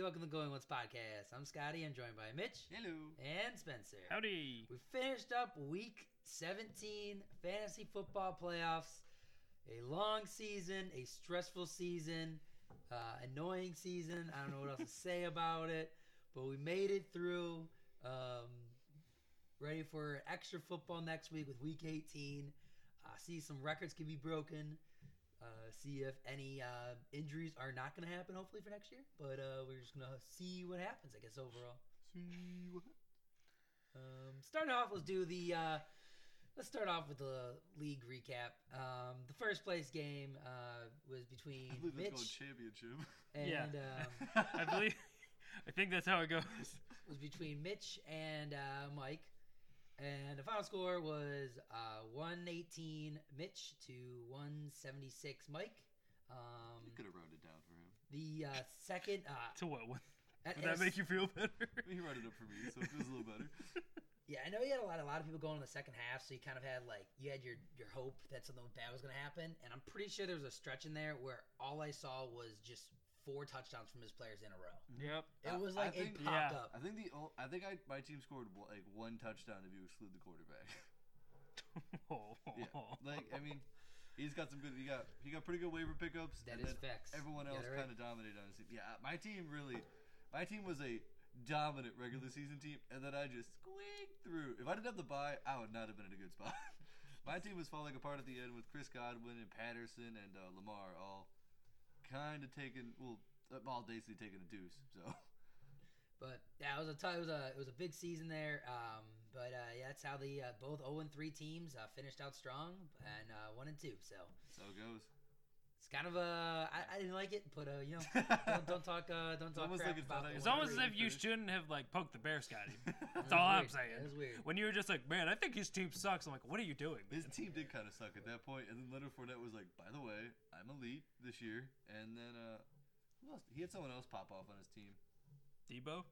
welcome to Going Once podcast. I'm Scotty. I'm joined by Mitch Hello. and Spencer. Howdy. We finished up week 17 fantasy football playoffs. A long season, a stressful season, uh, annoying season. I don't know what else to say about it, but we made it through. Um, ready for extra football next week with week 18. Uh, see some records can be broken. Uh, see if any uh, injuries are not going to happen, hopefully, for next year. But uh, we're just going to see what happens, I guess, overall. See what- Um, starting off, let's do the. Uh, let's start off with the league recap. Um, the first place game uh, was I between believe that's called Mitch championship. and um, I believe. I think that's how it goes. was between Mitch and uh, Mike, and the final score was uh, 118 Mitch to 176 Mike. you Um, could have rounded down for him. the uh, second. Uh, To what? Would at- that make you feel better? I mean, he rounded up for me, so it feels a little better. Yeah, I know you had a lot, a lot of people going in the second half, so you kind of had like you had your your hope that something bad was going to happen, and I'm pretty sure there was a stretch in there where all I saw was just four touchdowns from his players in a row. Yep. It was I- I like it think- popped Yeah. up. I think the o- I think I my team scored w- like one touchdown if you exclude the quarterback. Oh. yeah, like I mean, he's got some good. He got he got pretty good waiver pickups. That and is then facts. Everyone You got else it right. kind of dominated on his team. Yeah, my team really, my team was a dominant regular season team, and then I just squeaked through. If I didn't have the bye, I would not have been in a good spot. my team was falling apart at the end with Chris Godwin and Patterson and uh, Lamar all kind of taking well, uh, all basically taking a deuce. So. But yeah, it was a t- it was a it was a big season there. Um, but uh, yeah, that's how the uh, both 0 and 3 teams uh, finished out strong and uh, one and two. So So it goes. it's kind of uh, I, I didn't like it, but uh, you know, don't, don't talk uh, don't talk almost like crap it's about not a- the It's one almost as and three. if you shouldn't have like poked the bear, Scotty. That's That all was weird. That was I'm saying. weird. When you were just like, man, I think his team sucks. I'm like, what are you doing? His team did kind of suck at that point, and then Leonard Fournette was like, "By the way, I'm elite this year." And then uh, who else? He had someone else pop off on his team. Debo?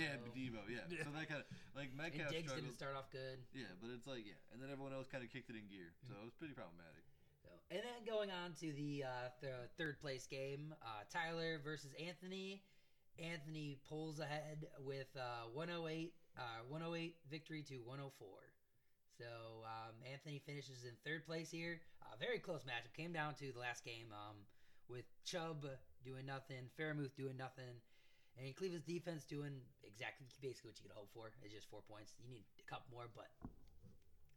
Yeah, Debo. Debo. Yeah. Yeah. So that kind of like and Metcalf Diggs struggled. didn't start off good. Yeah, but it's like yeah, and then everyone else kind of kicked it in gear, so it was pretty problematic. So, and then going on to the uh, th- third place game, uh, Tyler versus Anthony. Anthony pulls ahead with uh, 108, uh, 108 victory to 104. So um, Anthony finishes in third place here. Uh, very close matchup. Came down to the last game um, with Chubb doing nothing, Fairmouth doing nothing, and Cleveland's defense doing exactly basically what you could hope for. It's just four points. You need a couple more, but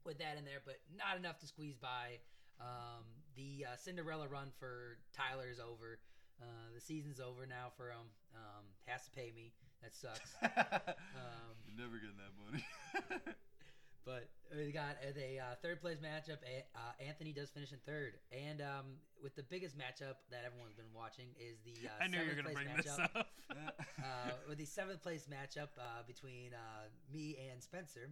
with that in there, but not enough to squeeze by. Um, the uh, Cinderella run for Tyler is over. Uh, the season's over now for him. Um, has to pay me. That sucks. um, You're never getting that money. but we got a uh, third place matchup. A- Uh, Anthony does finish in third, and um, with the biggest matchup that everyone's been watching is the uh, I knew you were seventh gonna place bring matchup. this up. uh, with the seventh place matchup uh, between uh, me and Spencer,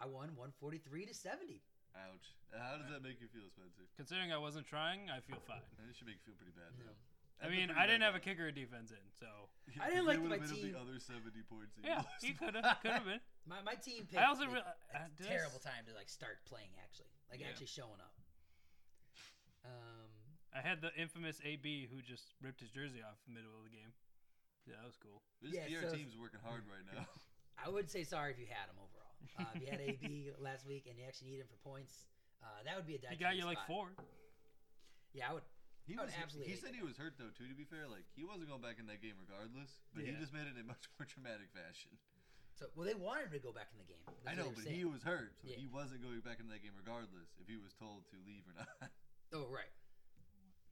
I won one forty three to seventy. Ouch. How does that make you feel, Spencer? Considering I wasn't trying, I feel fine. That should make you feel pretty bad though. I mean, I didn't have a kicker or defense in, so kick. I didn't like my team. The other seventy points. that you yeah, lost. he could have, could have been. My, my team picked I also like, real- uh, a did I s- terrible time to like start playing actually, like Yeah. actually showing up. Um, I had the infamous AB who just ripped his jersey off in the middle of the game. Yeah, that was cool. This Yeah, PR so- team's working hard right now. I would say sorry if you had him overall. Uh, if you had AB last week and you actually need him for points, uh, that would be a He detriment got you like spot. four. Yeah, I would. Oh, He I would was. absolutely. he hate said he was hurt though too. To be fair, like he wasn't going back in that game regardless, but he Yeah. just made it in a much more dramatic fashion. that. So, well, they wanted him to go back in the game. That's I know, what they were but saying. he was hurt, so Yeah. he wasn't going back in that game regardless if he was told to leave or not. Oh, right.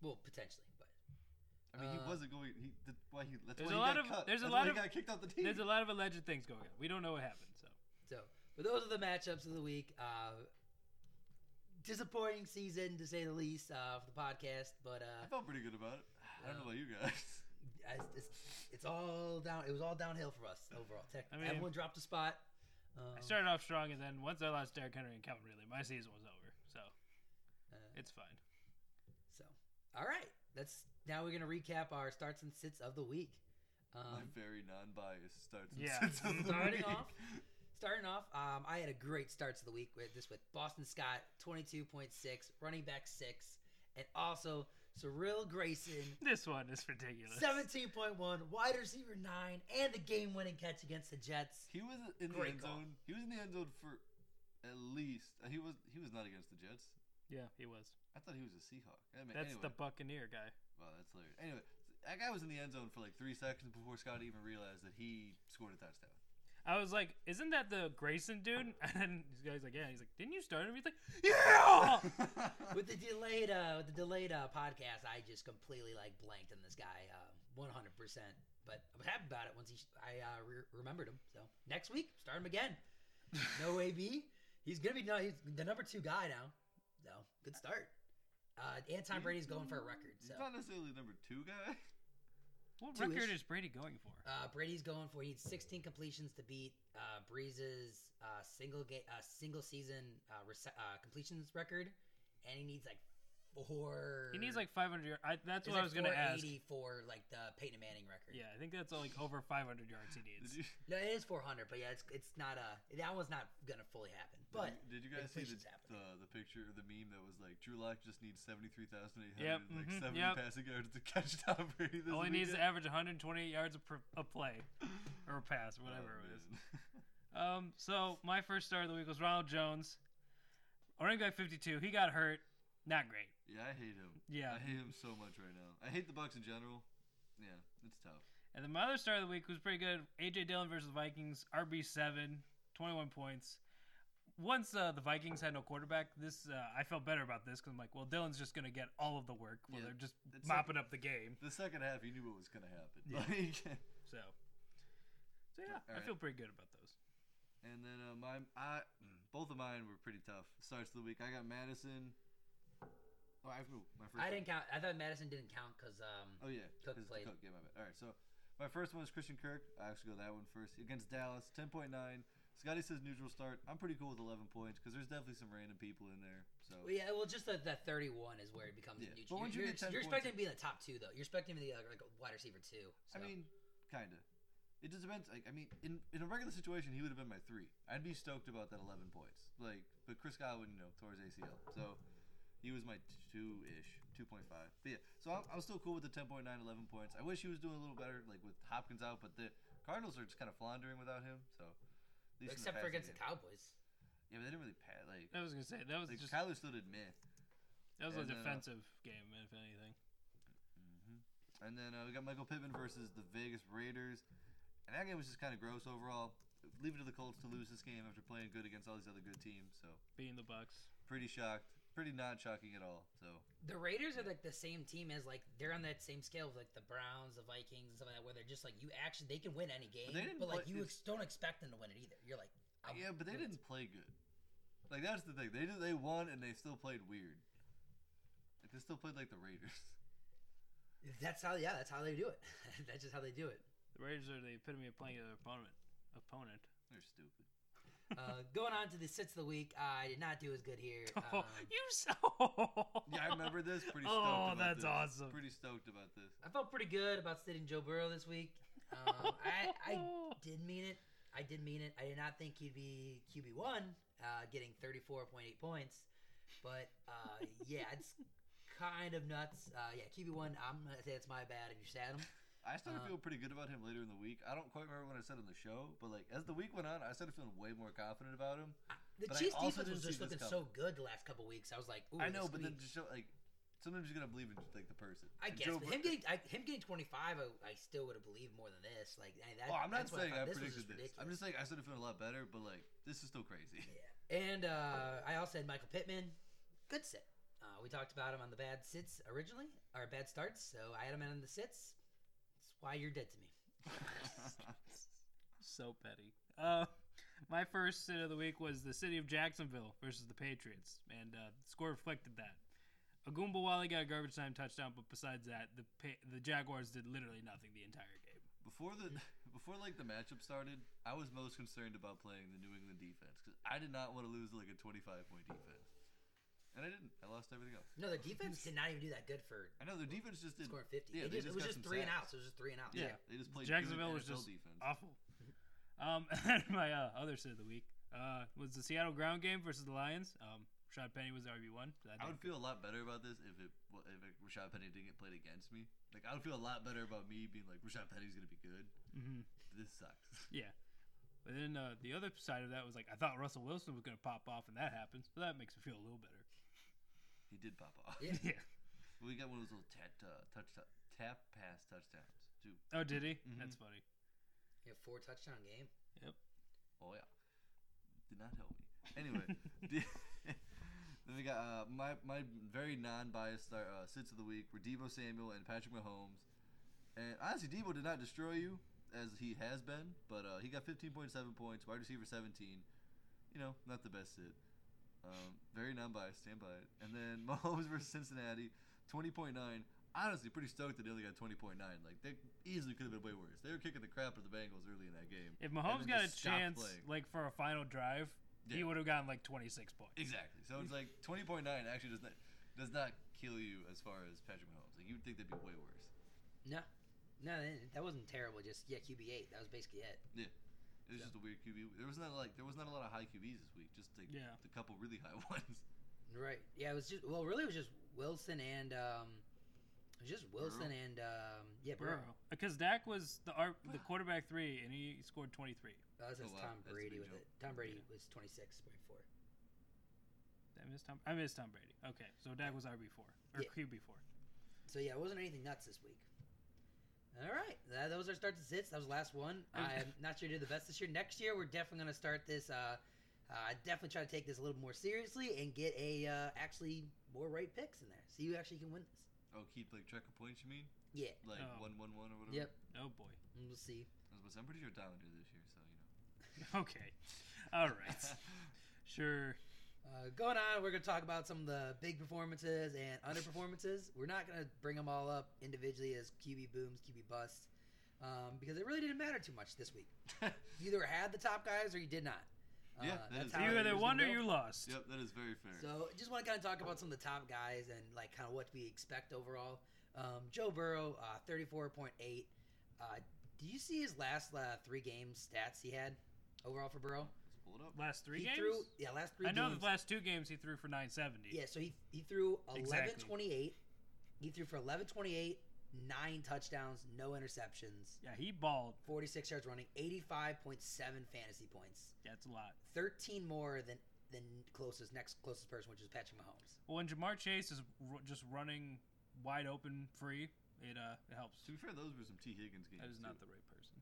Well, potentially, but I mean, Uh, he wasn't going. He, that's why he. That's There's why a he lot got of- cut. there's a That's lot why of- he got kicked off the team. There's a lot of alleged things going on. We don't know what happened, so so. But those are the matchups of the week. Uh, disappointing season to say the least uh, for the podcast, but uh, I felt pretty good about it. I don't know about you guys. it's, it's, it's all down. It was all downhill for us overall. Tech, I mean- everyone dropped a spot. Um, I started off strong, and then once I lost Derrick Henry and Calvin Ridley, my season was over. So Uh, it's fine. so, all right. That's now we're gonna recap our starts and sits of the week. I'm Um, very non-biased. Starts. Yeah. And sits on the starting week. off starting off um, i had a great starts of the week with this with boston scott 22.6 running back 6 and also Cyril Grayson, This one is ridiculous. 17.1, wide receiver 9, and the game winning catch against the Jets. He was in the end Great call. zone. He was in the end zone for at least he was he was not against the Jets. Yeah, he was. I thought he was a Seahawk. I mean, That's anyway. the Buccaneer guy. Wow, that's hilarious. Anyway, that guy was in the end zone for like three seconds before Scott even realized that he scored a touchdown. I was like, "Isn't that the Grayson dude?" And then this guy's like, "Yeah." He's like, "Didn't you start him?" He's like, "Yeah." With the delayed uh, with the delayed uh, podcast, I just completely like blanked on this guy uh, 100%. But I'm happy about it once he I uh, re- remembered him. So next week, start him again. No AB. He's gonna be no, he's the number two guy now. So good start. Uh, and Tom Brady's going for a record. He's So not necessarily the number two guy. what Two-ish. record is Brady going for? Uh, Brady's going for he needs 16 completions to beat uh, Breeze's uh, single ga- uh, single season uh, rece- uh, completions record, and he needs like four. He needs like 500 yards. I, that's it's what like I was gonna ask. 480 for like the Peyton Manning record. Yeah, I think that's like over 500 yards he Did needs. you, no, it is 400, but yeah, it's it's not a that one's not gonna fully happen. But did you guys see the, inflation's happening. the the picture or the meme that was like Drew Lock just needs seventy three thousand eight Yep, hundred like mhm, seventy yep. passing yards to catch Tom Brady. This Only needs to weekend. average 128 yards a, per, a play or a pass, Oh, whatever it is. man. Um, so my first star of the week was Ronald Jones, running back 52. He got hurt. Not great. yeah, I hate him. Yeah. I hate him so much right now. I hate the Bucks in general. Yeah, it's tough. And then my other star of the week was pretty good. AJ Dillon versus Vikings, RB7, 21 points. Once uh, the Vikings had no quarterback, this uh, I felt better about this because I'm like, well, Dillon's just going to get all of the work. Well, Yeah. they're just It's mopping up the game. The second half, you knew what was going to happen. Yeah. Like, So, so yeah, All right. I feel pretty good about those. And then uh, my, I, both of mine were pretty tough. Starts of the week. I got Madison. Oh, I ooh, my first. I didn't count. I thought Madison didn't count because um, Oh yeah, Cook 'cause it's the played. Cook. Yeah, my bad. All right, so my first one is Christian Kirk. I actually go that one first against Dallas, ten point nine. Scotty says neutral start. I'm pretty cool with eleven points because there's definitely some random people in there. So Well, yeah, well, just the, the 31 is where it becomes Yeah. a new. But once you you're, get 10 you're points, expecting to be in the top two, though. You're expecting to be like, like a wide receiver two. So. I mean, kinda. It just depends. Like, I mean, in, in a regular situation, he would have been my three. I'd be stoked about that eleven points. Like, but Chris Godwin, you know, towards ACL, so he was my two ish, two point five. But yeah, so I'm, I'm still cool with the 10.9, 11 points. I wish he was doing a little better, like with Hopkins out, but the Cardinals are just kind of floundering without him. So, at least in the except for passing against the game. Cowboys. yeah, but they didn't really pat. Like, I was going to say, that was like just, Kyler still did meh. that was and, a uh, defensive game, if anything. And then uh, we got Michael Pittman versus the Vegas Raiders. And that game was just kind of gross overall. Leave it to the Colts to lose this game after playing good against all these other good teams. So Beating the Bucks. pretty shocked. Pretty not shocking at all. So The Raiders are like the same team as like they're on that same scale of like the Browns, the Vikings, and stuff like that, where they're just like you actually they can win any game, they didn't but, like play- you it's- ex- don't expect them to win it either. You're like, I'm yeah, but they good. didn't play good. Like that's the thing. They did, they won and they still played weird. Like they still played like the Raiders. That's how yeah, that's how they do it. that's just how they do it. The Raiders are the epitome of playing their opponent. Opponent. They're stupid. Uh, going on to the sits of the week, I did not do as good here. Oh, Um, you so. Yeah, I remember this. Pretty stoked. Oh, about this. that's awesome. Pretty stoked about this. I felt pretty good about sitting Joe Burrow this week. Um, I, I did mean it. I did mean it. I did not think he'd be QB one, uh, getting thirty four point eight points. But uh, yeah, it's kind of nuts. Uh, yeah, QB one. I'm gonna say it's my bad if you sat him. I started Uh, feeling pretty good about him later in the week. I don't quite remember what I said on the show, but like as the week went on, I started feeling way more confident about him. The But I Chiefs also defense didn't was just see this looking so coming. good the last couple weeks. I was like, Ooh, I know, this but then week- just show, like sometimes you gotta believe in like the person. I And guess Joe but Bur- him getting I, him getting twenty five. I, I still would have believed more than this. Like I, that, Oh, I'm not that's what saying I, I, thought. this was predicted just this. ridiculous. I'm just saying I started feeling a lot better, but like this is still crazy. Yeah. And uh, I also had Michael Pittman. Good sit. Uh, we talked about him on the bad sits originally, or bad starts. So I had him in on the sits. That's why you're dead to me. so petty. Uh, my first sit of the week was the city of Jacksonville versus the Patriots, and uh, the score reflected that. Agumba Wally got a garbage time touchdown, but besides that, the pa- the Jaguars did literally nothing the entire game. before the before like the matchup started, I was most concerned about playing the New England defense because I did not want to lose like a 25 point defense, and I didn't. I lost everything else. No, the defense did not even do that good for I know their defense just did. scoring 50. Yeah, they They just just- it was got just some three and sacks. outs. It was just three and outs. Yeah, they just played. good Jacksonville was NFL just defense. awful. Um, and then my uh, other sit of the week uh, was the Seattle ground game versus the Lions. Um, Rashad Penny was the RB one. I would feel a lot better about this if it wa- if it- Rashad Penny didn't get played against me. Like I would feel a lot better about me being like Rashad Penny's gonna be good. hmm This sucks. Yeah. But then uh, the other side of that was like, I thought Russell Wilson was going to pop off, and that happens. But that makes me feel a little better. he did pop off. Yeah. yeah. We got one of those little tat, uh, touch tap pass touchdowns too. Oh, did he? Mhm. That's funny. You have four touchdown game. Oh yeah, did not help me. Anyway, did, then we got uh, my my very non-biased star, uh, sits of the week were Debo Samuel and Patrick Mahomes. And honestly, Debo did not destroy you as he has been, but uh, he got 15.7 points, wide receiver 17. You know, not the best sit. Um, very non-biased, stand by it. And then Mahomes versus Cincinnati, 20.9. Honestly, pretty stoked that they only got 20.9. Like, they easily could have been way worse. They were kicking the crap out of the Bengals early in that game. If Mahomes then got a just stopped chance, playing. like for a final drive, he Yeah. would have gotten like 26 points. Exactly. So it's like twenty point nine actually does not does not kill you as far as Patrick Mahomes. Like you would think that'd be way worse. No, no, that- that wasn't terrible. Just yeah, QB eight. That was basically it. It was Yeah. just a weird QB. There was not like there was not a lot of high QBs this week. Just like Yeah. a couple really high ones. Right. Yeah, it was just well, really, it was just Wilson and um, it was just Wilson and um, yeah, Burrow. Burrow. Because Dak was the R- the quarterback three, and he scored 23. Oh, that says wow, Tom that's a Brady big with jump. it. Tom Brady Yeah. was twenty six point four. Did I miss Tom. I missed Tom Brady. Okay, so Dak was RB four or Yeah. QB four. So yeah, it wasn't anything nuts this week. All right, that, those are starts and sits. That was the last one. Okay. I'm not sure I did the best this year. Next year, we're definitely going to start this. Uh, uh, definitely try to take this a little more seriously and get a uh, actually more right picks in there, so you actually can win this. Oh, keep like track of points. You mean Yeah. like Oh. one one one or whatever. Yep. Oh boy. and We'll see. I was about to say, I'm pretty sure Don did this year, so you know. Okay. All right. sure. Uh, going on, we're going to talk about some of the big performances and underperformances. We're not going to bring them all up individually as QB booms, QB busts, um, because it really didn't matter too much this week. You either had the top guys or you did not. Uh, Yeah, that is how fair. you it either was gonna won or go. you lost. yep, that is very fair. So, just want to kind of talk about some of the top guys and like kind of what we expect overall. Um, Joe Burrow, uh, thirty-four point eight. Uh, do you see his last uh, three games stats he had overall for Burrow? Let's pull it up. Last three he games. Threw, yeah, last three. I know games, the last two games he threw for 970. Yeah, so he he threw eleven Exactly. twenty-eight. He threw for eleven twenty-eight, nine touchdowns, no interceptions, Yeah, he balled. forty-six yards running, eighty-five point seven fantasy points, That's a lot. thirteen more than than closest next closest person, which is Patrick Mahomes. Well, when Jamar Chase is r- just running wide open free, it uh it helps. To be fair, those were some T Higgins games. That is not too. the right person.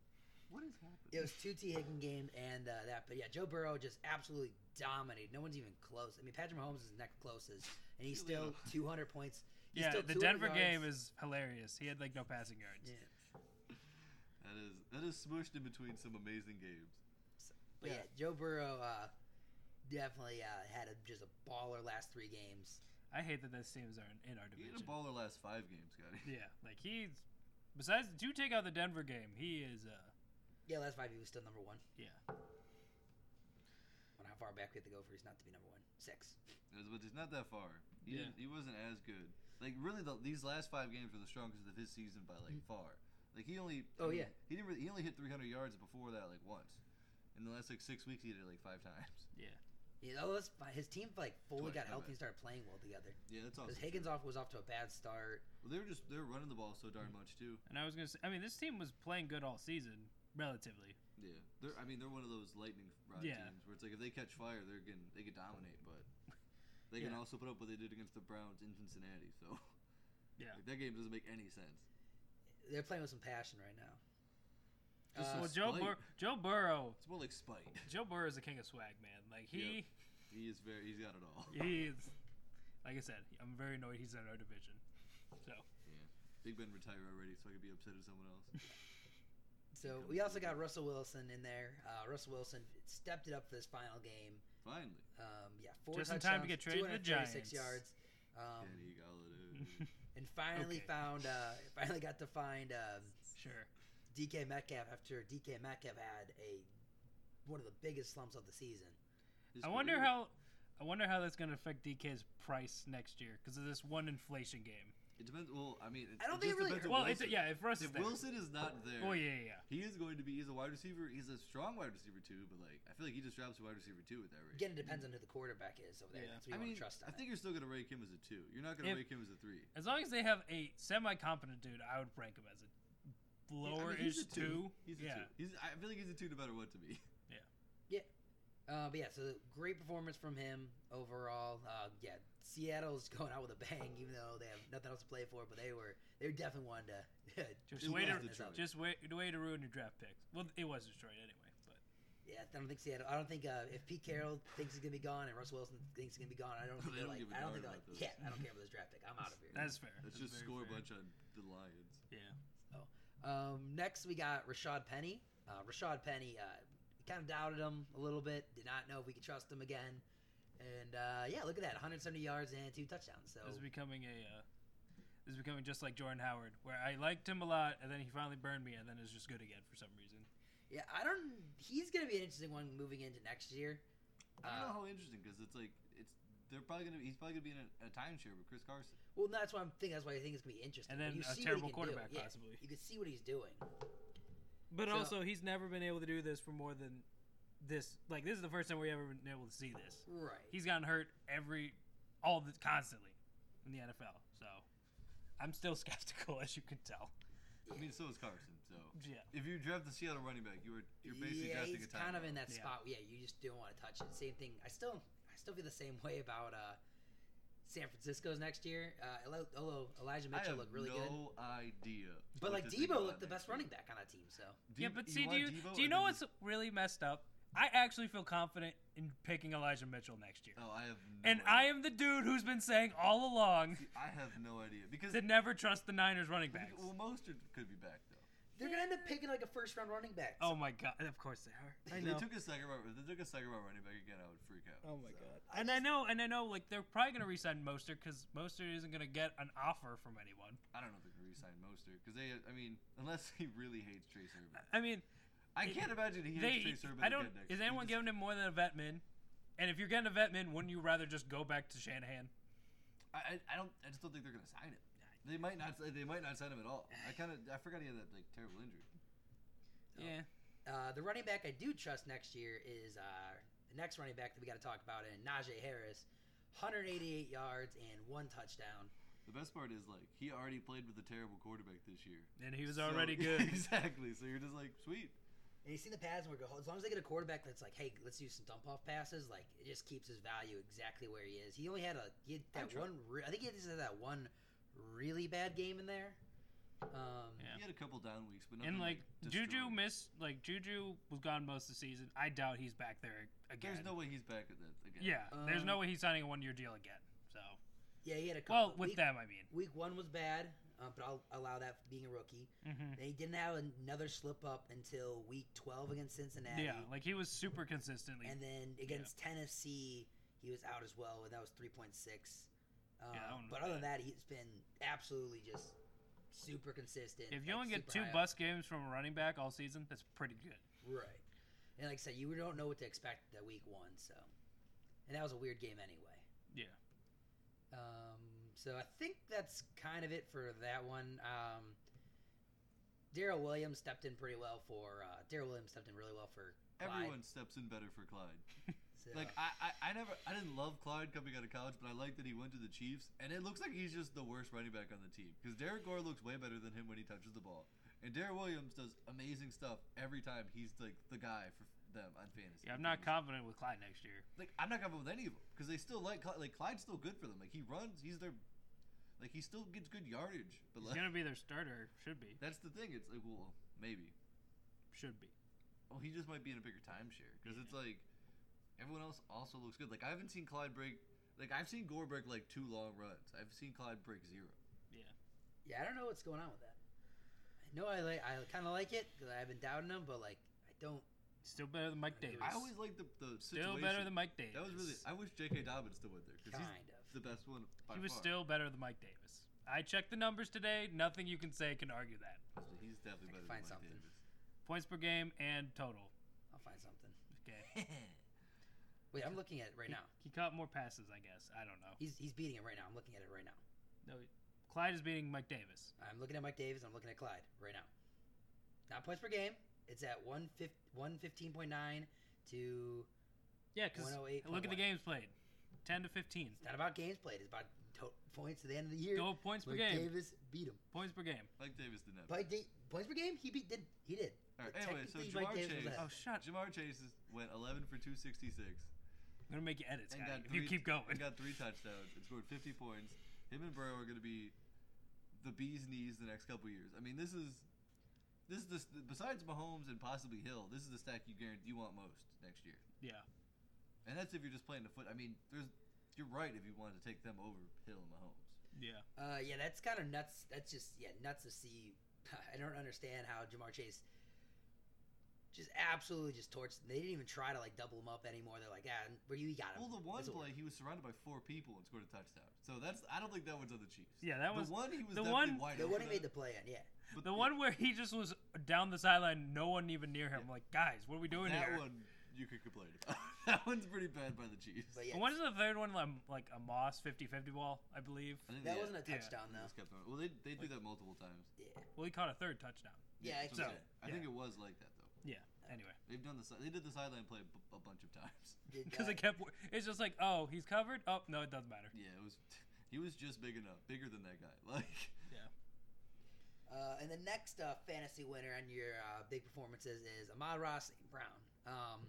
What is happening? It was two T Higgins games and uh, that, but yeah, Joe Burrow just absolutely dominated. No one's even close. I mean, Patrick Mahomes is next closest, and he's still Little. 200 points. He's yeah, still the 200 Denver yards. game is hilarious. He had like no passing yards. Yeah. That is that is smooshed in between some amazing games. But yeah, Yeah. Joe Burrow uh, definitely uh, had a, just a baller last three games. I hate that those teams are in, in our He had a division. baller last five games, Scotty. Yeah, like he's besides do take out the Denver game, he is uh Yeah, last five he was still number one. yeah. I wonder how far back we have to go for he's not to be number one. Six. It was, but it's not that far. He, Yeah. didn't, he wasn't as good. Like really, the, these last five games were the strongest of his season by like far. Like he only. I Oh, mean, yeah. He didn't. Really, he only hit 300 yards before that like once. In the last like six weeks, he did it like five times. You know, that's fi- his team like fully Twice, got my healthy bad. and started playing well together. Yeah, Oh, that's awesome. Because Higgins off was off to a bad start. Well, they were just they were running the ball so darn much too. And I was gonna say I mean this team was playing good all season, relatively. Yeah, they're. I mean, they're one of those lightning rod Yeah. teams where it's like if they catch fire, they're can they can dominate, but they can Yeah. also put up what they did against the Browns in Cincinnati. So Yeah. like, that game doesn't make any sense. They're playing with some passion right now. Just Uh, some well Joe spite. Bur- Joe Burrow It's more like spite. Joe Burrow is the king of swag, man. Like he He is very. He's got it all. he is like I said, I'm very annoyed he's in our division. So Big Ben retired already, so I could be upset at someone else. so we also got Russell Wilson in there. Uh, Russell Wilson stepped it up for this final game. Finally, Um, yeah, four Just in touchdowns, time to get traded to the 236 Giants. yards, um, Kenny Galladay. and finally Okay. found uh, finally got to find um, sure. DK Metcalf after DK Metcalf had a one of the biggest slumps of the season. His I wonder career- how I wonder how that's going to affect DK's price next year because of this one inflation game. It depends. Well, I mean, it, I don't it just think it really- depends on Well, it's Wilson. yeah. For us, it's If that. Wilson is not there, Oh yeah, yeah, yeah. he is going to be. He's a wide receiver. He's a strong wide receiver too. But like, I feel like he just drops a wide receiver two at that rate. Again, it depends on who the quarterback is over there. Yeah. That's I what you want mean, to trust I on. it. think you're still gonna rank him as a two. You're not gonna rank If- him as a three. As long as they have a semi-competent dude, I would rank him as a Yeah, I mean, lower he's ish a two. He's a yeah. two. He's, I feel like he's a two no matter what to me. Uh, but yeah, so great performance from him overall. Uh, yeah, Seattle's going out with a bang, even though they have nothing else to play for. But they were they were definitely wanted to. It Just way to was Detroit. just way, way to ruin your draft picks. Well, it was Detroit anyway, but yeah, I don't think Seattle. I don't think uh, if Pete Carroll thinks he's gonna be gone and Russell Wilson thinks he's gonna be gone, I don't think They they're don't like. give a I don't darn think they're like. about Yeah, those. I don't care about this draft pick. I'm out of here. that's fair. Let's just That's very score a fair. bunch on the Lions. Yeah. Um, next, we got Rashad Penny. Uh, Rashad Penny, uh, kind of doubted him a little bit. Did not know if we could trust him again. And uh, yeah, look at that, 170 yards and two touchdowns. So This is becoming a. Uh, this is becoming just like Jordan Howard, where I liked him a lot, and then he finally burned me, and then is just good again for some reason. yeah, I don't. He's gonna be an interesting one moving into next year. I don't Uh, know how interesting because it's like it's they're probably gonna he's probably gonna be in a, a timeshare with Chris Carson. well, that's why I'm thinking. That's why I think it's gonna be interesting. And When you then a see what he terrible can do, quarterback, yeah, possibly. You can see what he's doing. But So- also, he's never been able to do this for more than this. Like this is the first time we've ever been able to see this. Right. He's gotten hurt every, all the constantly, in the NFL. So, I'm still skeptical, as you can tell. I mean, so is Carson. So Yeah. if you draft the Seattle running back, you are you're basically yeah, drafting he's a kind of in that Yeah. spot. Yeah, you just don't want to touch it. Same thing. I still, I still feel the same way about uh, San Francisco's next year. Uh, although- although Elijah I Mitchell have looked really no good, idea. but what like to think about Debo looked the next best year. running back on that team. So yeah, Debo- but see, do want you Debo do you and know then what's really messed up? I actually feel confident in picking Elijah Mitchell next year, Oh, I have. No and I idea. am the dude who's been saying all along I have no idea because to never trust the Niners running backs. well, Mostert could be back though. they're gonna end up picking like a first round running back. Oh my god! Of course they are. I If they know. took a second round. If they took a second round running back again, I would freak out. Oh my So, god! And I know, and I know, like they're probably gonna resign Mostert because Mostert isn't gonna get an offer from anyone. I don't know if they could re-sign Mostert because they. I mean, unless he really hates Trace Urban. I mean, I can't imagine he hates they. Trace Urban I don't. again next Is year. anyone He just- giving him more than a vet min? And if you're getting a vet min, wouldn't you rather just go back to Shanahan? I, I- I don't. I just don't think they're gonna sign him. They might not. They might not sign him at all. I kind of. I forgot he had that like terrible injury. No. Uh, the running back I do trust next year is uh, the next running back that we got to talk about, and Najee Harris, 188 yards and one touchdown. The best part is like he already played with a terrible quarterback this year. and he was So- already good. exactly. So you're just like sweet. And you see the pads where it goes- as long as they get a quarterback that's like, hey, let's do some dump off passes, like it just keeps his value exactly where he is. He only had a he had I that tr- one. Re- I think he had just had that one really bad game in there. Um, Yeah. He had a couple down weeks, but nothing And like Juju destroying. missed, like Juju was gone most of the season. I doubt he's back there again. There's no way he's back at that again. yeah, there's no Um, way he's signing a one-year deal again. So, yeah, he had a couple. well, with week, them, I mean. week one was bad, uh, but I'll allow that for being a rookie. Mhm. And he didn't have another slip up until week 12 against Cincinnati. Yeah, like he was super consistently. and then against Tennessee, he was out as well, and that was 3.6. Um, Yeah, that one but was other than that, he's been absolutely just super consistent. If you like, only get super two high up. bus games from a running back all season, that's pretty good. Right. And like I said, you don't know what to expect that week one, so. And that was a weird game anyway. Yeah. Um, so I think that's kind of it for that one. Um, Daryl Williams stepped in pretty well for. Uh, Daryl Williams stepped in really well for. Clyde, Everyone steps in better for Clyde. so- Like I, I, I never, I didn't love Clyde coming out of college, but I like that he went to the Chiefs, and it looks like he's just the worst running back on the team because Derek Gore looks way better than him when he touches the ball, and Derek Williams does amazing stuff every time he's like the guy for them on fantasy. Yeah, I'm not confident with Clyde next year. like I'm not confident with any of them because they still like Clyde, like Clyde's still good for them. Like he runs, he's their, like he still gets good yardage, but He's like gonna be their starter. Should be. that's the thing. It's like well maybe Should be. Oh, he just might be in a bigger timeshare because it's like everyone else also looks good. Like I haven't seen Clyde break. Like I've seen Gore break like two long runs. I've seen Clyde break zero. Yeah. Yeah, I don't know what's going on with that. I know I like, I kind of like it because I've been doubting him, but like I don't. Still better than Mike Davis. I always like the the still situation. better than Mike Davis. that was really. I wish J.K. Dobbins still went there because Kind he's of. the best one. By he was far. still better than Mike Davis. I checked the numbers today. Nothing you can say can argue that. So He's definitely better I could than find Mike something. Davis. Points per game and total. I'll find something. Okay. Wait, I'm looking at it right he, now. He caught more passes, I guess. I don't know. He's he's beating it right now. I'm looking at it right now. No, Clyde is beating Mike Davis. I'm looking at Mike Davis. I'm looking at Clyde right now. Not points per game. It's at 115.9 to. Yeah, because 108.1. look at the games played 10 to 15. It's not about games played. It's about to- points at the end of the year. Go points per Mike game. Davis beat him. Points per game. Mike Davis didn't have. By da- points per game, he beat. Did he did? All right, But anyway, so technically, Jamar Mike Davis was Chase. ahead. Oh, shut. Jamar Chase is- went 11 for 266. I'm going to make you edits, and guy, got if you three- keep going. and got three touchdowns and scored 50 points. Him and Burrow are going to be the bee's knees the next couple years. I mean, this is this is the, s- besides Mahomes and possibly Hill, this is the stack you guarantee you want most next year. Yeah. And that's if you're just playing the foot. I mean, there's you're right if you wanted to take them over Hill and Mahomes. Yeah. Uh, yeah, that's kind of nuts. That's just yeah, nuts to see. I don't understand how Jamar Chase just absolutely just torched. They didn't even try to like double him up anymore. They're like, ah, where you got him. Well, the one This'll work." play he was surrounded by four people and scored a touchdown. So that's I don't think that one's on the Chiefs. Yeah, that was the one he was the definitely one- wide the open one he on. made the play on. Yeah, But the one where he just was down the sideline, no one even near him. Yeah. Like, guys, what are we doing that here? one you could complain about. that one's pretty bad by the Chiefs. but yeah, And what is the third one? Like, like a Moss 50 50 ball, I believe. I think that they- wasn't a Yeah. touchdown They though. just kept on- Well, they, they do that multiple times. Yeah, Well, he caught a third touchdown. yeah, that's it's what I'm just- saying. I think it was like that though. Yeah. Anyway. They've done the si- they did the sideline play b- a bunch of times. did Because that. it kept. It's just like, oh, he's covered. Oh, no, it doesn't matter. Yeah, it was. He was just big enough, bigger than that guy. Like Uh, and the next uh, fantasy winner on your uh, big performances is Ahmad Ross St. Brown. Um,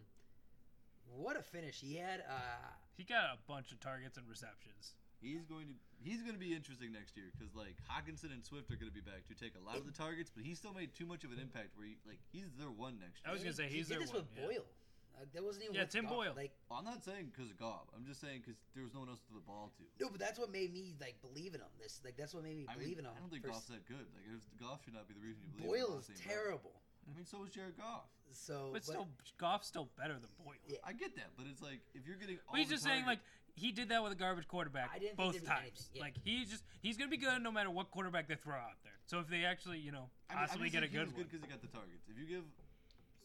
what a finish he had! Uh, He got a bunch of targets and receptions. he's going to he's going to be interesting next year because like Hawkinson and Swift are going to be back to take a lot of the targets, but he still made too much of an impact where he, like he's their one next I year. was gonna say, he he's did their this one, with yeah. Boyle. Uh, that wasn't even Yeah, with Tim Goff. Boyle. Like Well, I'm not saying because of Gob. I'm just saying because there was no one else to throw the ball to. No, but that's what made me like believe in him. This like that's what made me I mean, believe in him. I don't think for Goff's that good. Like, if Goff should not be the reason you s- believe. in Boyle Goff is St. Brown. terrible. I mean, so was Jared Goff. So, But, still, Goff's still better than Boyle. Yeah. I get that, but it's like if you're getting. All But he's the just saying, like, targets- he did that with a garbage quarterback I didn't think both there was times. anything, yeah. Like, he's just he's gonna be good no matter what quarterback they throw out there. So if they actually, you know, I mean, I just possibly get a think he good was one, good because he got the targets. If you give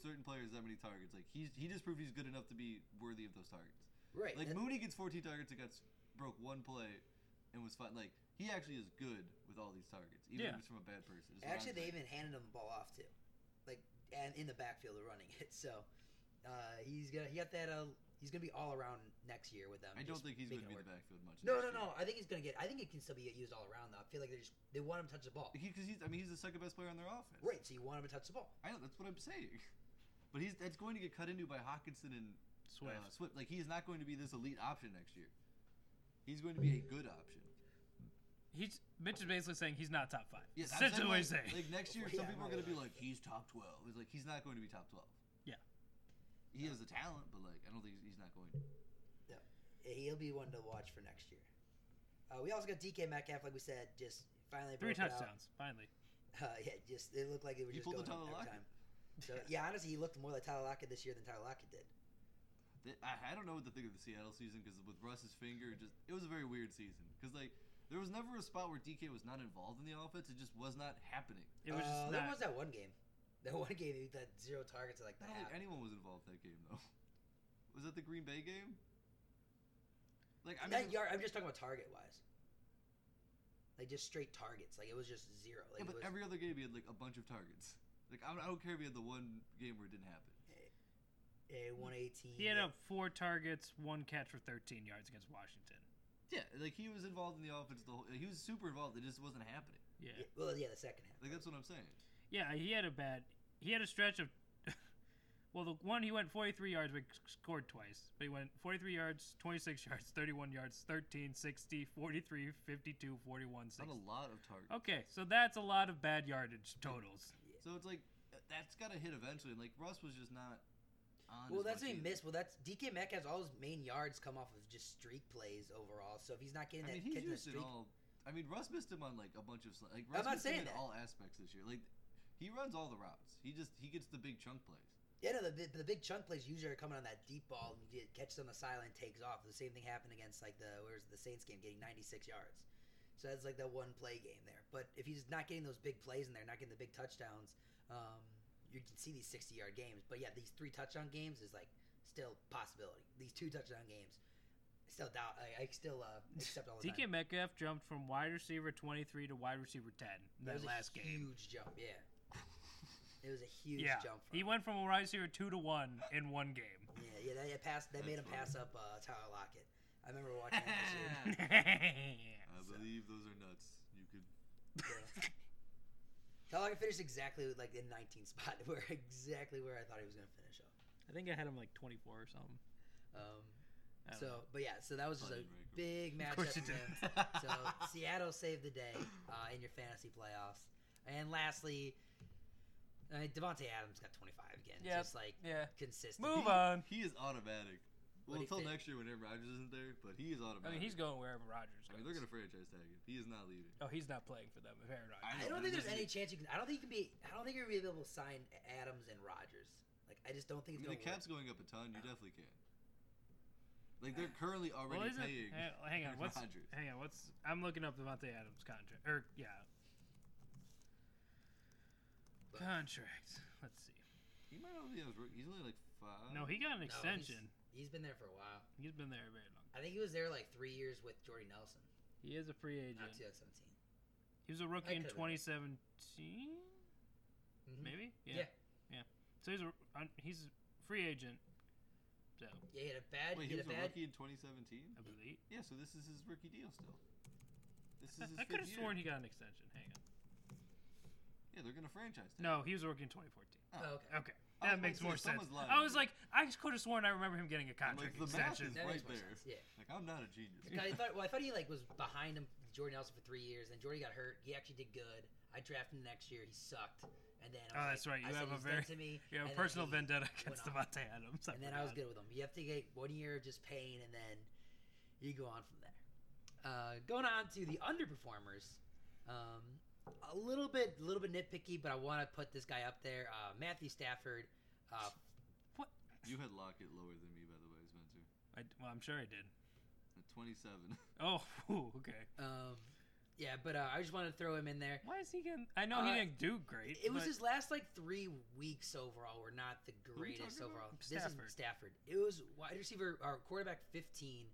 certain players that many targets, like he's he just proved he's good enough to be worthy of those targets. right. Like Eh. that- Mooney gets 14 targets and got s- broke one play and was fine. Like he actually is good with all these targets, even Yeah. if it's from a bad person. is what I'm actually, they saying. even handed him the ball off too, like and in the backfield of running it. So uh, he's gonna he got that. Uh, he's gonna be all around next year with them. I don't just think he's going to be making in it the work. backfield much. No, no, no. I think he's gonna get. I think it can still be used all around. Though I feel like they just they want him to touch the ball. Because he's I mean he's the second best player on their offense. Right. So you want him to touch the ball. I know that's what I'm saying. But he's that's going to get cut into by Hawkinson and Swift. Uh, Swift. Like he's not going to be this elite option next year. He's going to be a good option. he's Mitch is basically saying he's not top five. Yeah, I'm essentially what he's like, saying. Like next year, Yeah, some people are gonna be like, right. he's top twelve. It's like he's not going to be top twelve. Yeah. He has the talent, but like I don't think he's, he's not going. to. He'll be one to watch for next year. Uh, we also got DK Metcalf, like we said, just finally Three broke it out. touchdowns, finally. Uh, yeah, just it looked like it was He just pulled going the up Tyler every Lockett. time. So yeah, honestly, he looked more like Tyler Lockett this year than Tyler Lockett did. Th- I, I don't know what to think of the Seattle season because with Russ's finger, it just it was a very weird season because like there was never a spot where DK was not involved in the offense. It just was not happening. It was Uh, just there not, was that one game. That one game he had zero targets at like the I don't half. think anyone was involved that game though. Was that the Green Bay game? Like I mean, Not yard. I'm just talking about target wise. Like just straight targets. Like it was just zero. yeah, Like it but was, every other game he had like a bunch of targets. Like I don't, I don't care if he had the one game where it didn't happen. a 118. he had up four targets, one catch for 13 yards against Washington. Yeah, like he was involved in the offense the whole. He was super involved. It just wasn't happening. Yeah. yeah, well, yeah, the second half. Like that's what I'm saying. Yeah, he had a bad. He had a stretch of. Well, the one he went 43 yards, but scored twice. But he went 43 yards, 26 yards, 31 yards, 13, 60, 43, 52, 41, It's not 60. a lot of targets. Okay, so that's a lot of bad yardage totals. So it's like uh, that's got to hit eventually. And like Russ was just not on. Well, as much that's what he either. missed. Well, that's DK Metcalf's all his main yards come off of just streak plays overall. So if he's not getting I that, mean, he's catching that used in streak, all. I mean, Russ missed him on like a bunch of sl- like. Russ not missed him saying in that. all aspects this year. Like, he runs all the routes. He just he gets the big chunk plays. Yeah, no, the, bi- the big chunk plays usually are coming on that deep ball and you catch it on the sideline, takes off. The same thing happened against like the where's the Saints game, getting 96 yards. So that's like that one play game there. But if he's not getting those big plays in there, not getting the big touchdowns, um, you can see these 60 yard games. But yeah, these three touchdown games is like still possibility. These two touchdown games, I still doubt. I, I still uh, accept all the DK time. Metcalf jumped from wide receiver 23 to wide receiver 10 in That was that last a game. huge jump. Yeah, it was a huge yeah, jump. For he him. went from a wide receiver two to one in one game. Yeah, yeah, that, that passed. That made him That's pass up uh, Tyler Lockett. I remember watching that this year. I believe those are nuts. You could. Yeah. Tyler Lockett finished exactly like in 19th spot, where exactly where I thought he was going to finish up. I think I had him like 24 or something. Um, I don't so, know. but yeah, so that was just a Pardon, Rico. big Of matchup. course you for them. did. So Seattle saved the day uh, in your fantasy playoffs. And lastly, I mean, Devonte Adams got 25 again. Yep. Just like yeah. consistent. Move He- on. He is automatic. Well, do you until think? next year when Aaron Rodgers isn't there, but he is automatic. I mean, he's going wherever Rodgers I goes. mean, they're gonna franchise tag him. He is not leaving. Oh, he's not playing for them. If Aaron Rodgers. I don't think there's any chance you can. I don't think you can be. I don't think you're gonna be able to sign Adams and Rogers. Like I just don't I think it's mean, the gonna cap's going up a ton. You definitely can. Like they're currently Well, already isn't paying. hang, hang on? Aaron What's Rodgers. hang on? What's I'm looking up Devontae Adams contract or yeah work. But contract. Let's see. He might only have. He's only like five. No, he got an no, extension. he's been there for a while. he's been there very long. I think he was there like three years with Jordy Nelson, He is a free agent. not 2017. He was a rookie in could've been. 2017, Mhm. maybe. Yeah. yeah. So he's a un- he's a free agent. So Yeah, he had a bad. Wait, he he had was a a bad. rookie in 2017. I believe Yeah, so this is his rookie deal still. This is his I could have fifth year. sworn he got an extension. Hang on. Yeah, they're gonna franchise. Tag. No, he was a rookie in 2014. Oh, okay. Okay, I that was makes like, more sense. someone's lying. I was like, I could have sworn I remember him getting a contract the math extension. is That makes right more there. sense. Yeah. Like I'm not a genius. Because I thought, well, I thought he like was behind him, Jordy Nelson for three years. Then Jordy got hurt. He actually did good. I drafted him next year. He sucked. And then I Oh, was that's right. I You said have he a was dead very- to me. Yeah, and then personal he- vendetta against went on. Devontae Adams. And then I was forgot. good with him. You have to get one year of just pain, and then you go on from there. Uh, going on to the underperformers, um, a little bit, a little bit nitpicky, but I want to put this guy up there. Uh, Matthew Stafford, uh, You had Lockett lower than me, by the way, Spencer. I, well, I'm sure I did. At 27. Oh, whew, okay. um, yeah, but uh, I just wanted to throw him in there. Why is he getting? I know Uh, he didn't do great. It was but- his last like three weeks overall were not the are we talking greatest about? overall. This Stafford. is Stafford. It was wide receiver or quarterback fifteen.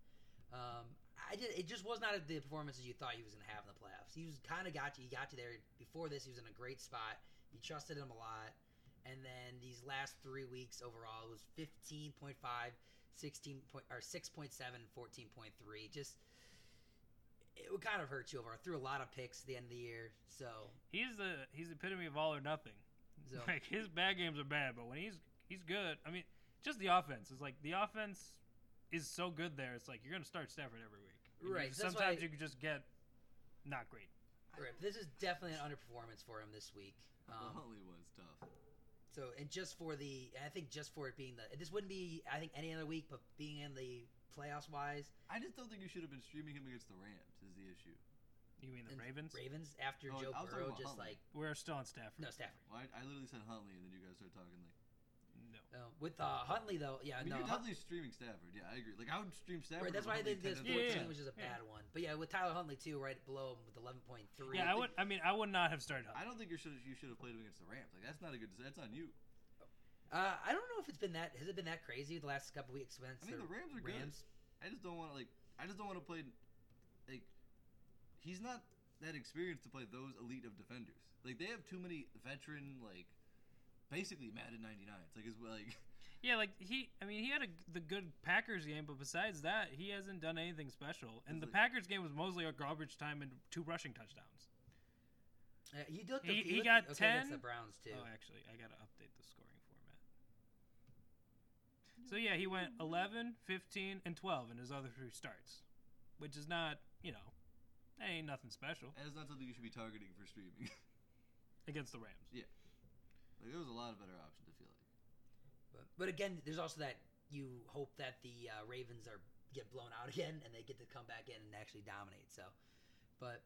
Um, I did. It just was not the performances you thought he was going to have in the playoffs. He was kind of got you. He got you there before this. He was in a great spot. You trusted him a lot, and then these last three weeks overall it was 15.5, 16 point or 6.7, 14.3. Just it would kind of hurt you overall. Threw a lot of picks at the end of the year, so he's the he's the epitome of all or nothing. so. Like his bad games are bad, but when he's he's good, I mean, just the offense. It's like the offense is so good there. It's like you're gonna start Stafford every week. And you- Right, that's sometimes why- you can just get not great. All right, this is definitely an underperformance for him this week. Um, well, he was tough. so, and just for the, and I think just for it being the, this wouldn't be, I think, any other week, but being in the playoffs wise, I just don't think you should have been streaming him against the Rams. Is the issue? You mean the And Ravens? Ravens after Oh, Joe I was talking Burrow about just Huntley. like We're still on Stafford. no Stafford. Well, I, I literally said Huntley, and then you guys started talking like. no. Uh, with uh, Huntley though, yeah, I mean, no, you're Hun- definitely streaming Stafford. Yeah, I agree. Like I would stream Stafford. right, that's over why I Huntley think 10 to this 14 Yeah, 14. yeah, was just a yeah. bad one. But yeah, with Tyler Huntley too, right below him with 11.3. Yeah, I would. I mean, I would not have started. I don't think you should you should have played him against the Rams. Like that's not a good. That's on you. Uh, I don't know if it's been that has it been that crazy the last couple weeks since I mean, the Rams are good. Rams. I just don't want to like. I just don't want to play. Like, he's not that experienced to play those elite of defenders. Like they have too many veteran like, basically Madden 99s. Like is like Yeah, like he. I mean, he had a, the good Packers game, but besides that, he hasn't done anything special. And It's the like- Packers game was mostly a garbage time and two rushing touchdowns. Uh, you looked. He- up- you he looked got okay against 10. the Browns too. Oh, actually, I gotta update the scoring format. So yeah, he went 11, 15, and 12 in his other three starts, which is not, you know, that ain't nothing special that is not something you should be targeting for streaming. against the Rams. like there was a lot of better options. I feel like. But, but again, there's also that you hope that the uh, Ravens are get blown out again and they get to come back in and actually dominate. So, but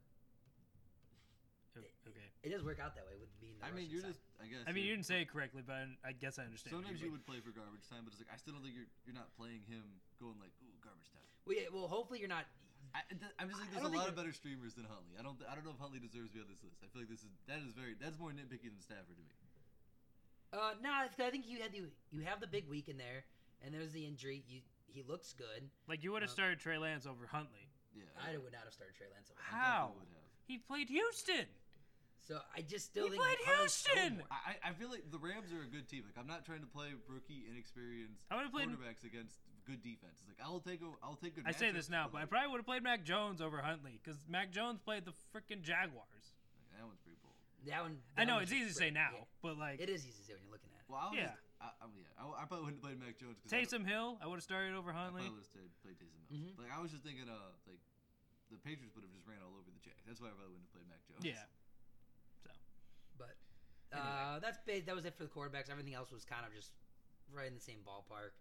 O- Okay. it does work out that way with being. I The mean, Russian you're side. just. I guess. I mean, you're- you didn't say it correctly, but I, I guess I understand. what Sometimes you you mean. would play for garbage time, but it's like I still don't think you're you're not playing him going like ooh garbage time. Well, yeah, well, hopefully you're not. I, th- I'm just like there's I a don't think lot it- of better streamers than Huntley. I don't th- I don't know if Huntley deserves to be on this list. I feel like this is that is very that's more nitpicky than Stafford to me. Uh, no, I think you had the you have the big week in there, and there's the injury. You he looks good. Like you would have Uh, started Trey Lance over Huntley. Yeah. I would not have started Trey Lance. over him. How? He played Houston. So I just still He think played Huntley's so Houston! more. I, I feel like the Rams are a good team. Like I'm not trying to play rookie, inexperienced I would have played. quarterbacks against good defenses. Like I'll take a I'll take a. I say matchup, this now, but I like, probably would have played Mac Jones over Huntley because Mac Jones played the freaking Jaguars. like, that one's pretty bold. That one. I that know one it's was easy to say pretty- now, yeah. but like It is easy to say when you're looking at it. Well, I was, Yeah. I, I, yeah, I, I probably wouldn't have played Mac Jones. 'cause I don't- Taysom Hill, I would have started over I Huntley. probably would have stayed, played Taysom Hill. Mm-hmm. Mhm. Like I was just thinking, uh, like the Patriots would have just ran all over the Jacks. That's why I probably wouldn't have played Mac Jones. Yeah, But Anyway. uh, that's ba- that was it for the quarterbacks. Everything else was kind of just right in the same ballpark.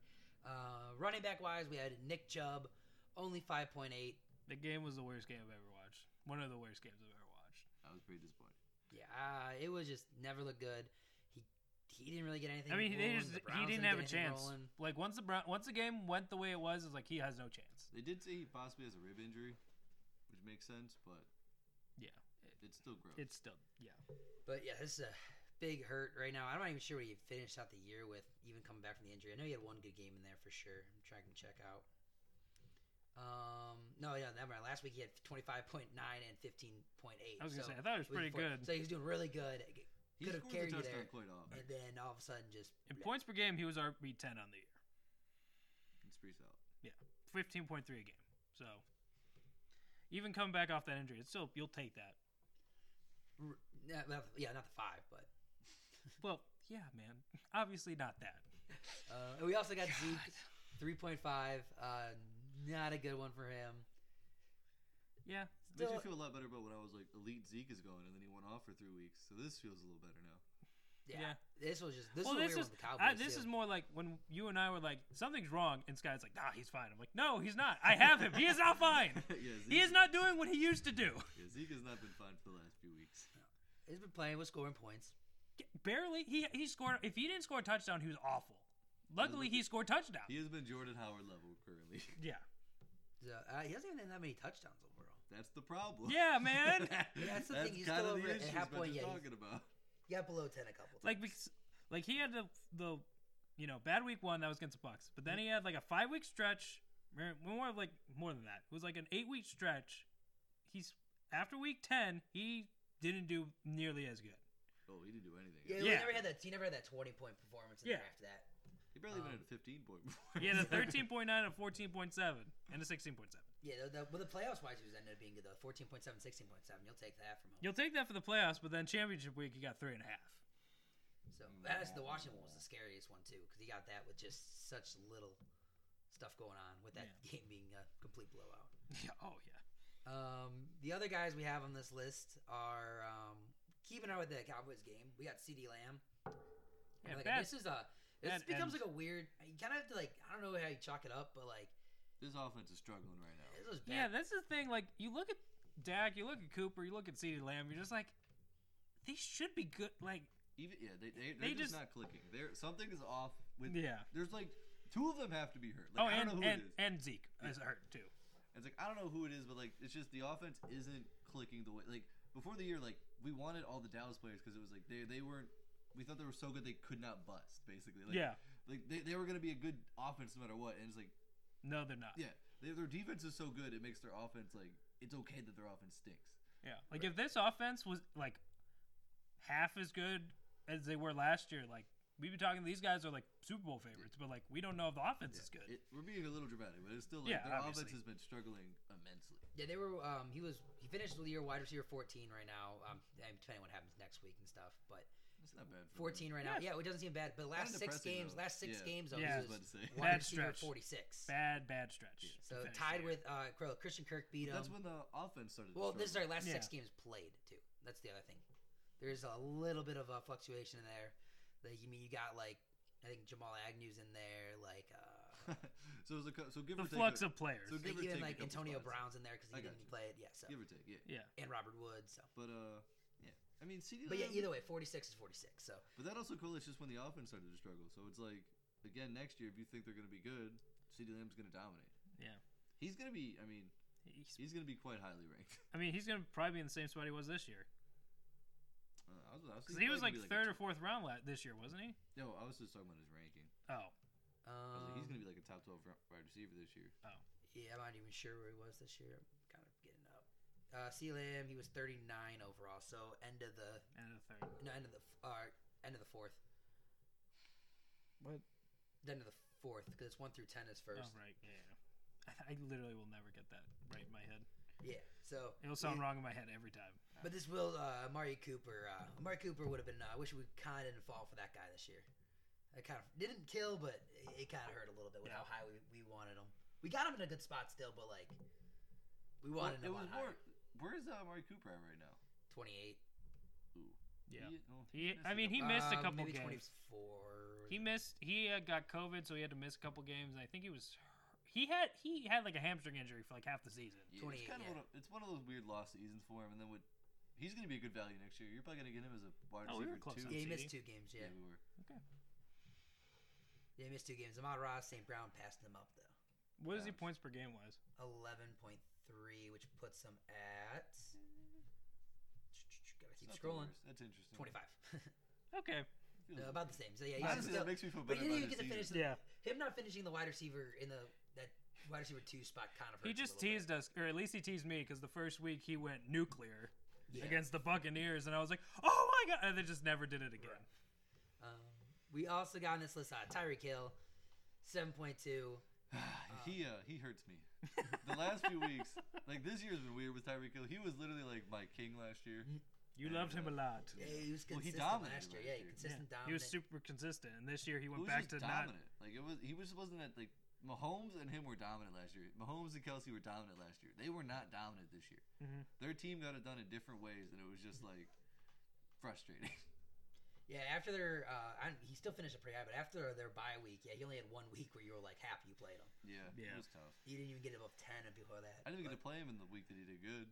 Uh, running back wise, we had Nick Chubb, only five point eight. the game was the worst game I've ever watched. One of the worst games I've ever watched. I was pretty disappointed. Yeah, uh, it was just never looked good. He he didn't really get anything. I mean, they rolling. just, The Browns he didn't have get a anything chance. rolling. Like once the Brown, once the game went the way it was, it was like he has no chance. They did say he possibly has a rib injury, which makes sense, but Yeah. it's still gross. It's still yeah. But yeah, this is a big hurt right now. I'm not even sure what he finished out the year with, even coming back from the injury. I know he had one good game in there for sure. I'm trying to check out. Um, no, yeah, never mind. Last week he had 25.9 and 15.8. I was gonna so say I thought it was week pretty before. good. So he was doing really good, he could've scores carried a you touchdown there. quite often. and then all of a sudden just In points per game, he was RB ten on the year, It's pretty solid. fifteen point three a game. So even coming back off that injury, it's still you'll take that. r- yeah, not the- yeah, not the five, but Well, yeah, man. Obviously not that. uh, and we also got God. Zeke 3.5. Uh, not a good one for him. Yeah, Makes me Still, feel a lot better about when I was like, elite Zeke is going, and then he went off for three weeks. So this feels a little better now. yeah, yeah. This was just this well, was a weird this is one with the Cowboys. I, this too. is more like when you and I were like something's wrong, and Sky's like, Nah, he's fine. I'm like, No, he's not. I have him. He is not fine. yeah, Zeke, He is not doing what he used to do. Yeah, Zeke has not been fine for the last few weeks. He's been playing with scoring points. Barely. He he scored. If he didn't score a touchdown, he was awful. Luckily, he scored touchdown. He has been Jordan Howard level currently. Yeah. So, uh, he doesn't even have that many touchdowns overall. That's the problem. Yeah, man. that's the thing, he's kinda still the over at issues half Ben's point yet. talking about. He got below ten a couple. like times. because, like he had the the you know bad week one that was against the Bucks, but then he had like a five week stretch, or more like more than that. It was like an eight week stretch. He's after week ten, he didn't do nearly as good. Oh, he didn't do anything. yeah, yeah. he never had that. He never had that twenty point performance. In the Yeah. after that, He barely even Um, had a 15 point before. He had a Oh. thirteen point nine, a fourteen point seven, and a sixteen point seven. yeah. The, the, well, the playoffs wise, he was ended up being good though. 14.7, 16.7. You'll take that from him. You'll take that for the playoffs, but then championship week he got three and a half. So that's the Washington one was the scariest one too because he got that with just such little stuff going on with that game being a complete blowout. Yeah. Oh yeah. Um, the other guys we have on this list are um, keeping on with the Cowboys game. We got C.D. Lamb. Yeah, like, bad- this is a this bad becomes end. like a weird. You kind of have to like I don't know how you chalk it up, but like This offense is struggling right now. this was bad. Yeah, that's the thing. Like you look at Dak, you look at Cooper, you look at Ceedee Lamb, you're just like, they should be good. Like Even yeah, they, they They they're just, just- not clicking. There something is off with. yeah. There's like two of them have to be hurt. Like, Oh, I don't and know who and, it is. and Zeke is Yeah. hurt too. It's like I don't know who it is, but like it's just the offense isn't clicking the way like before the year. Like we wanted all the Dallas players because it was like they they weren't. We thought they were so good they could not bust basically. Like, yeah. Like they, they were gonna be a good offense no matter what, and it's like No, they're not. yeah, they, their defense is so good it makes their offense like it's okay that their offense stinks. Yeah. Like if this offense was like half as good as they were last year, like we'd be talking. These guys are like Super Bowl favorites, but like we don't know if the offense is good. It, we're being a little dramatic, but it's still like Yeah, their obviously. offense has been struggling immensely. Yeah, they were. Um, he was. He finished the year wide receiver fourteen right now. Um, and depending on what happens next week and stuff, but It's not bad. For them. fourteen right now. Yeah, it doesn't seem bad. But last six depressing, games, though. last six Yeah. games, though, Yeah. I he was about was to say. wide Bad receiver stretch. forty six. Bad, bad stretch. Yeah. to So finish the tied year. with uh, Krill. Christian Kirk beat him. That's when the offense started. to um, well, this is our struggle. last six Yeah. games played too. That's the other thing. There's a little bit of a fluctuation in there. Like, you mean you got like I think Jamal Agnew's in there, like uh, so it was a, co- so give the or take flux a, of players. so I Give think or even take a like couple Antonio spots. Brown's in there because I he didn't gotcha. play it. Yeah, so give or take yeah. yeah. and Robert Woods. So, But uh, yeah. I mean, CD. but yeah, Lamb- either way, forty six is forty six. So But that also correlates just when the offense started to struggle. So it's like again next year, if you think they're going to be good, CD Lamb's going to dominate. Yeah. He's going to be. I mean, He's- he's going to be quite highly ranked. I mean, he's gonna probably be in the same spot he was this year Uh, I was, I was because thinking he was like probably gonna be a third or fourth round la- this year, wasn't he? tw- No, I was just talking about his ranking. I Oh, was like, Um, he's gonna be like a top twelve r- wide receiver this year. yeah, I'm not even sure where he was this year. I'm kind of getting up. Uh, C Lamb, he was 39 overall, so end of the and a third. Oh, no, end of the f- uh, end of the fourth, What? the end of the fourth because it's one through ten is Oh, first. right. Yeah. I literally will never get that right in my head. Yeah, so It'll sound yeah. wrong in my head every time. But this will uh, Amari Cooper. Uh, Amari Cooper would have been. uh, I wish we kind of didn't fall for that guy this year. I kind of didn't kill, but it, it kind of hurt a little bit with Yeah. how high we, we wanted him. We got him in a good spot still, but like we wanted it him was on more. higher. Where's uh, Amari Cooper at right now? Twenty eight. Ooh. Yeah. He, oh, He, missed a I mean, he couple- missed a Uh, couple maybe games. Twenty four. He missed. He uh, got COVID, so he had to miss a couple games. I think he was. He had he had like a hamstring injury for like half the season. Yeah, 28, it's kind of one yeah. of, it's one of those weird lost seasons for him, and then what? He's gonna be a good value next year. You're probably gonna get him as a wide Oh, we receiver were close two. on Yeah, he CD. missed two games. Yeah, we were. yeah, he missed two games. Amon Ross, St. Brown passed him up though. What is he Ouch. points per game wise? Eleven point three, which puts him at. Gotta It's keep not the scrolling. worst. That's interesting. Twenty five. Okay, Feels okay. about the same. So yeah, he's Honestly, still- that makes me feel But better he didn't about even his get to finish. season. The, Yeah. him not finishing the wide receiver in the that wide receiver two spot kind of. Hurts he a just little bit. teased us, or at least he teased me, because the first week he went nuclear Yeah. against the Buccaneers, and I was like, oh my god, and they just never did it again. Um, we also got on this list uh, Tyreek Hill, seven point two. he uh, he hurts me. the last few weeks, like this year's been weird with Tyreek Hill. He was literally like my king last year. You Yeah, loved him a lot. Yeah, he was Well, he consistent dominated last year. last Yeah, year. Yeah, consistent dominant. He was super consistent, and this year he He was went back to just dominant. Like it was, he was just wasn't that like Mahomes and him were dominant last year. Mahomes and Kelsey were dominant last year. They were not dominant this year. not. Mhm. Their team got it done in different ways, and it was just like frustrating. Yeah, after their, uh, I, he still finished it pretty high, but after their bye week, yeah, he only had one week where you were like happy you played him. yeah, Yeah. it was tough. You didn't even get above ten before that. I didn't even get but- to play him in the week that he did good.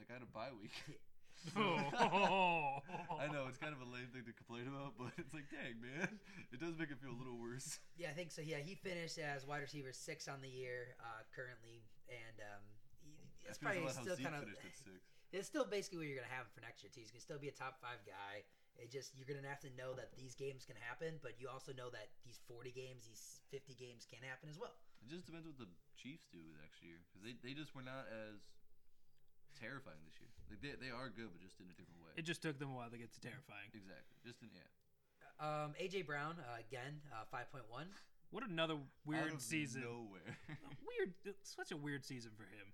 Like I had a bye week. Oh. I know it's kind of a lame thing to complain about, but it's like, dang man, it does make it feel a little worse. Yeah, I think so. Yeah, he finished as wide receiver six on the year uh, currently, and um, he- I it's feel probably about how still Zeke kind of finished at six. it's still basically where you're gonna have him for next year too. He's gonna still be a top five guy. It just you're gonna have to know that these games can happen, but you also know that these 40 games, these 50 games can happen as well. It just depends what the Chiefs do next year because they, they just were not as terrifying this year. Like they, they are good, but just in a different way. It just took them a while to get to terrifying. exactly, just in yeah. Um, AJ Brown uh, again, uh, 5.1. What another Out weird of season. Nowhere. Weird, such a weird season for him.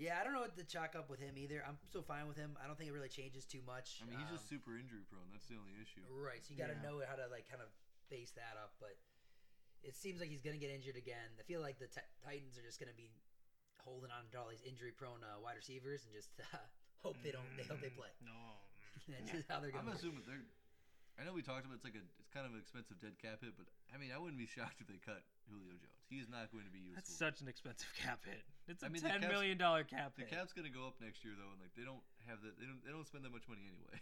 Yeah, I don't know what to chalk up with him either. I'm still fine with him. I don't think it really changes too much. I mean, he's just Um, super injury prone. That's the only issue. right. So you got to Yeah. know how to like kind of base that up, but it seems like he's gonna get injured again. I feel like the t- Titans are just gonna be holding on to all these injury-prone uh, wide receivers and just uh, hope they don't. They hope they play. No. That's just how they're I'm gonna. work. assuming they're. I know we talked about it's like a it's kind of an expensive dead cap hit, but I mean I wouldn't be shocked if they cut Julio Jones. He is not going to be useful. That's such an expensive cap hit. It's I a mean, the ten cap's- million dollar cap the hit. cap's going to go up next year though, and like they don't have that they don't they don't spend that much money anyway.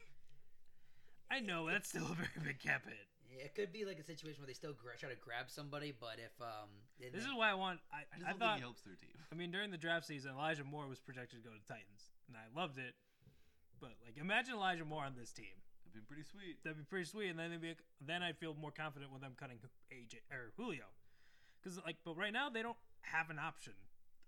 I know that's still a very big cap hit. Yeah, it could be like a situation where they still gra- try to grab somebody, but if um, and This is then- why I want. I I, just I, don't thought. think he helps their team. I mean, during the draft season, Elijah Moore was projected to go to the Titans, and I loved it. But like, imagine Elijah Moore on this team. It'd been pretty sweet. That'd be pretty sweet. And then they'd be, then I'd feel more confident with them cutting AJ or Julio, because like, but right now they don't have an option.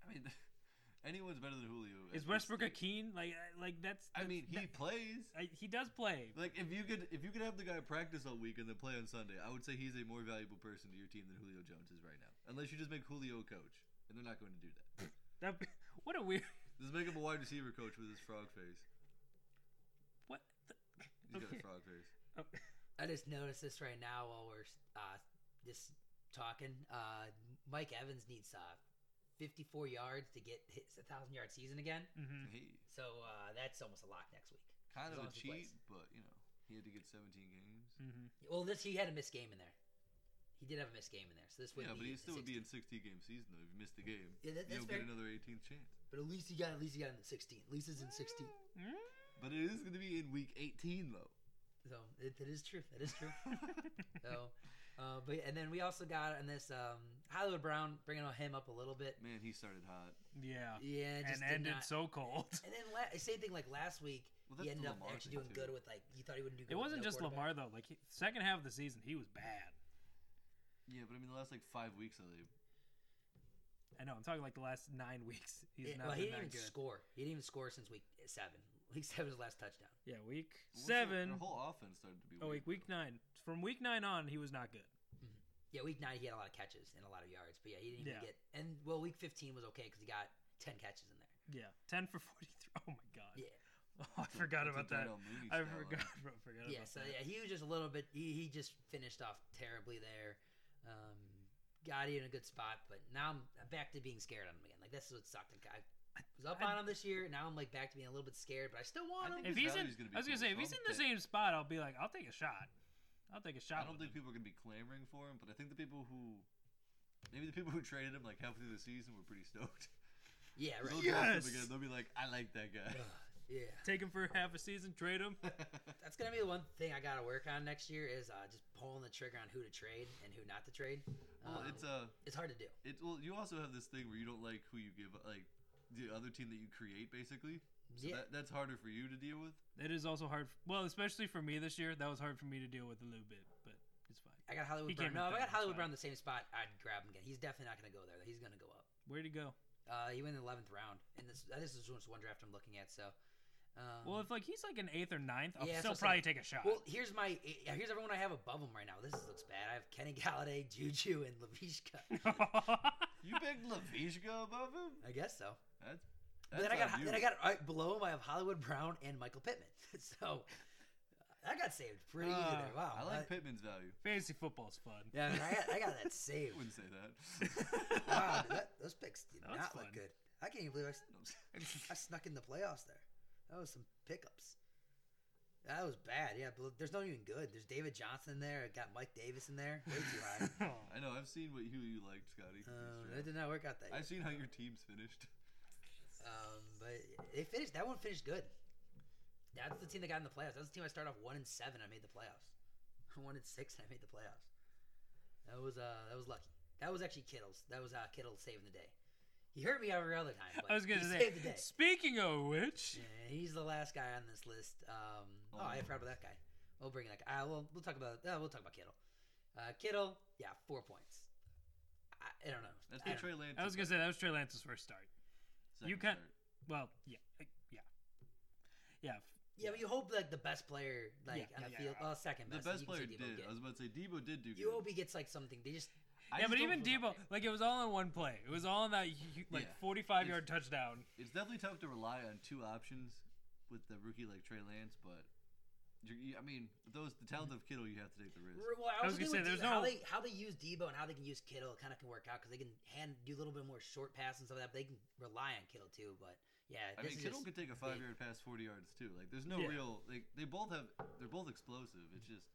I mean, anyone's better than Julio. at Is this Westbrook a stage. keen? Like, I- like that's. I that's- mean, he that- plays. I, he does play. Like if you could if you could have the guy practice all week and then play on Sunday, I would say he's a more valuable person to your team than Julio Jones is right now. Unless you just make Julio a coach, and they're not going to do that. That, what a weird. Just make him a wide receiver coach with his frog face. What? The, He's got Okay. a frog face. oh. I just noticed this right now while we're uh, just talking. Uh, Mike Evans needs uh, 54 yards to get his 1,000 yard season again. Mm-hmm. Hey, So uh, that's almost a lock next week. kind As of long a as he cheat, plays. but you know he had to get 17 games. Mm-hmm. Well, this he had a missed game in there. He did have a missed game in there, so this would Yeah, but he be a still would 16. be in 60 game season though. If you missed the game, Yeah, that, you don't that's fair. get another 18th chance. But at least he got at least he got in the 16. At least it's in 16. But it is going to be in week 18 though. So it, it is true. That is true. so, uh, but and then we also got on this um, Hollywood Brown bringing him up a little bit. Man, he started hot. yeah. Yeah, just And did ended not- so cold. And then la- same thing like last week, Well, he that's ended the up Lamar actually thing, doing too. good with like you thought he wouldn't do good. It with wasn't no just quarterback. Lamar though. Like he, second half of the season, he was bad. Yeah, but I mean, the last like five weeks of the I know. I'm talking like the last nine weeks. He's Yeah, well, not he been didn't that even good. score. He didn't even score since week seven. Week seven was his last touchdown. Yeah, week once their- seven. Their whole offense started to be. Oh, weak. wait, week nine. From week nine on, he was not good. Yeah, week nine he had a lot of catches and a lot of yards, but yeah, he didn't even Yeah. get. And well, week fifteen was okay because he got ten catches in there. Yeah, ten for forty-three. Oh my god. Yeah. Oh, I forgot That's a about that. Darnell Mooney stat I line. forgot. about- forgot Yeah, about so that. yeah, he was just a little bit. He, he just finished off terribly there. Um, got in a good spot, but now I'm back to being scared on him again. Like this is what sucked. Like, I was up I- on him this year. Now I'm like back to being a little bit scared, but I still want I think- him. his If value's he's in, gonna be I was gonna cool, say, if so he's I'll in the pick. same spot, I'll be like, I'll take a shot. I'll take a shot. I don't with think him. people are gonna be clamoring for him, but I think the people who, maybe the people who traded him like halfway through the season were pretty stoked. Yeah, They'll right. Yeah. draft him Yes! again, They'll be like, I like that guy. Ugh, yeah. take him for half a season, trade him. That's gonna be the one thing I gotta work on next year is uh, just pulling the trigger on who to trade and who not to trade. well, Um, it's uh, it's hard to do. it well, you also have this thing where you don't like who you give like the other team that you create basically. So yeah, that, that's harder for you to deal with. It is also hard. Well, especially for me this year, that was hard for me to deal with a little bit, but it's fine. I got Hollywood he Brown. came No, if I in third, got it's Hollywood Brown fine. in the same spot, I'd grab him again. He's definitely not gonna go there. though. He's gonna go up. Where'd he go? Uh, he went in the eleventh round, and this uh, this is just one draft I'm looking at. So, um, Well, if like he's like an eighth or ninth, I'll Yeah, that's still what I'm probably saying. take a shot. well, here's my eh, here's everyone I have above him right now. This looks bad. I have Kenny Galladay, Juju, and Lavishka. You picked Lavishka above him. I guess so. That's, that's But then I got on you. then I got right below him. I have Hollywood Brown and Michael Pittman. so I got saved pretty easy there. Ah, Wow. I like that- Pittman's value. Fantasy football's fun. yeah, I got, I got that I saved. wouldn't say that. wow, dude, that, those picks did That was not fun. look good. I can't even believe I, s- I snuck in the playoffs there. That was some pickups. That was bad. Yeah, but there's not even good. There's David Johnson in there. I got Mike Davis in there. Way too high. I know. I've seen what who you liked, Scotty. this Um, draft. that did not work out that year. I've seen how your team's finished. Um, but they finished. That one finished good. That's the team that got in the playoffs. That's the team I started off one and seven. I made the playoffs. One and six. I made the playoffs. That was uh, that was lucky. That was actually Kittle's. That was uh, Kittle saving the day. He hurt me every other time. But I was gonna he say. saved the day. Speaking of which, Yeah, he's the last guy on this list. Um, oh, I Oh. forgot about that guy. We'll bring that guy. Uh, we'll, we'll talk about uh, we'll talk about Kittle. Uh, Kittle, yeah, four points. I, I don't know. That's I what don't know. Trey Lance. I was gonna say that was Trey Lance's first start. second you can't- start. Well, yeah, I- yeah, yeah. Yeah, but you hope like the best player like Yeah, on the yeah, yeah. field, well, second The best best. you can player say did. Debo Get. I was about to say Debo did do good. You hope he gets like something. They just I just yeah, but don't even feel Debo, like- like it was all in one play. It was all in that hu- like Yeah. forty-five It's- yard touchdown. It's definitely tough to rely on two options with the rookie like Trey Lance, but you're, you, I mean, with those the talent Mm-hmm. of Kittle, you have to take the risk. Well, I I was was gonna thinking with say, there's Debo- how no- they how they use Debo and how they can use Kittle kind of can work out because they can hand do a little bit more short pass and stuff like that. But they can rely on Kittle too. But yeah, I mean, this is Kittle just could take a big. five yard pass, forty yards too. Like, there's no Yeah. real like they both have they're both explosive. It's just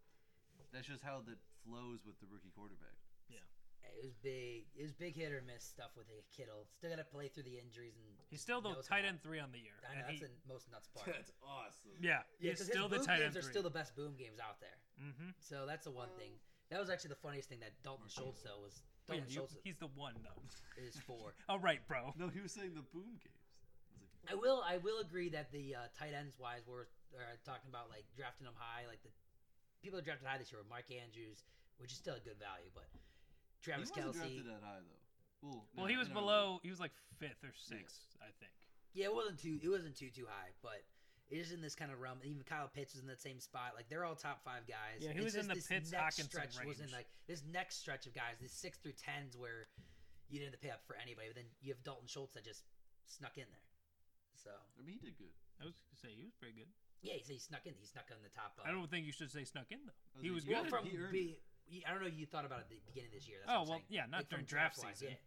that's just how that flows with the rookie quarterback. It was big. It was big hit or miss stuff with uh, Kittle. Still got to play through the injuries and He's still the knows tight how. end three on the year. I and know that's he- the most nuts part. awesome. yeah, Yeah, he's 'cause still his boom the tight games end three. are still the best boom games out there. Mhm. So that's the one thing. That was actually the funniest thing that Dalton Schultz though was Dalton Yeah, Mm-hmm. you- Schultz he's the one though. is for. All right, bro. No, he was saying the boom games. I will I will agree that the uh, tight ends wise we're are talking about like drafting them high like the people that drafted high this year were Mark Andrews which is still a good value but Travis he wasn't Kelsey drafted that high though. Well, Well, no, he was in our league. below. He was like fifth or sixth, I think. Yeah, it wasn't too it wasn't too too high, but it is in this kind of realm. Even Kyle Pitts was in that same spot. Like they're all top five guys. Yeah, he It's was just in the this Pitts, next Hockenson stretch was in range. like this next stretch of guys, these six through tens where you didn't have to pay up for anybody, but then you have Dalton Schultz that just snuck in there. So I mean, he did good. I was gonna say he was pretty good. yeah, he, so he snuck in. He snuck in the top. Uh, I don't think you should say snuck in though. I He think was you well, good. gotta from he earned be, you- I don't know. You thought about it at the beginning of this year. That's E Oh, what I'm well, saying. yeah, not Like, from during draft draft-wise, season.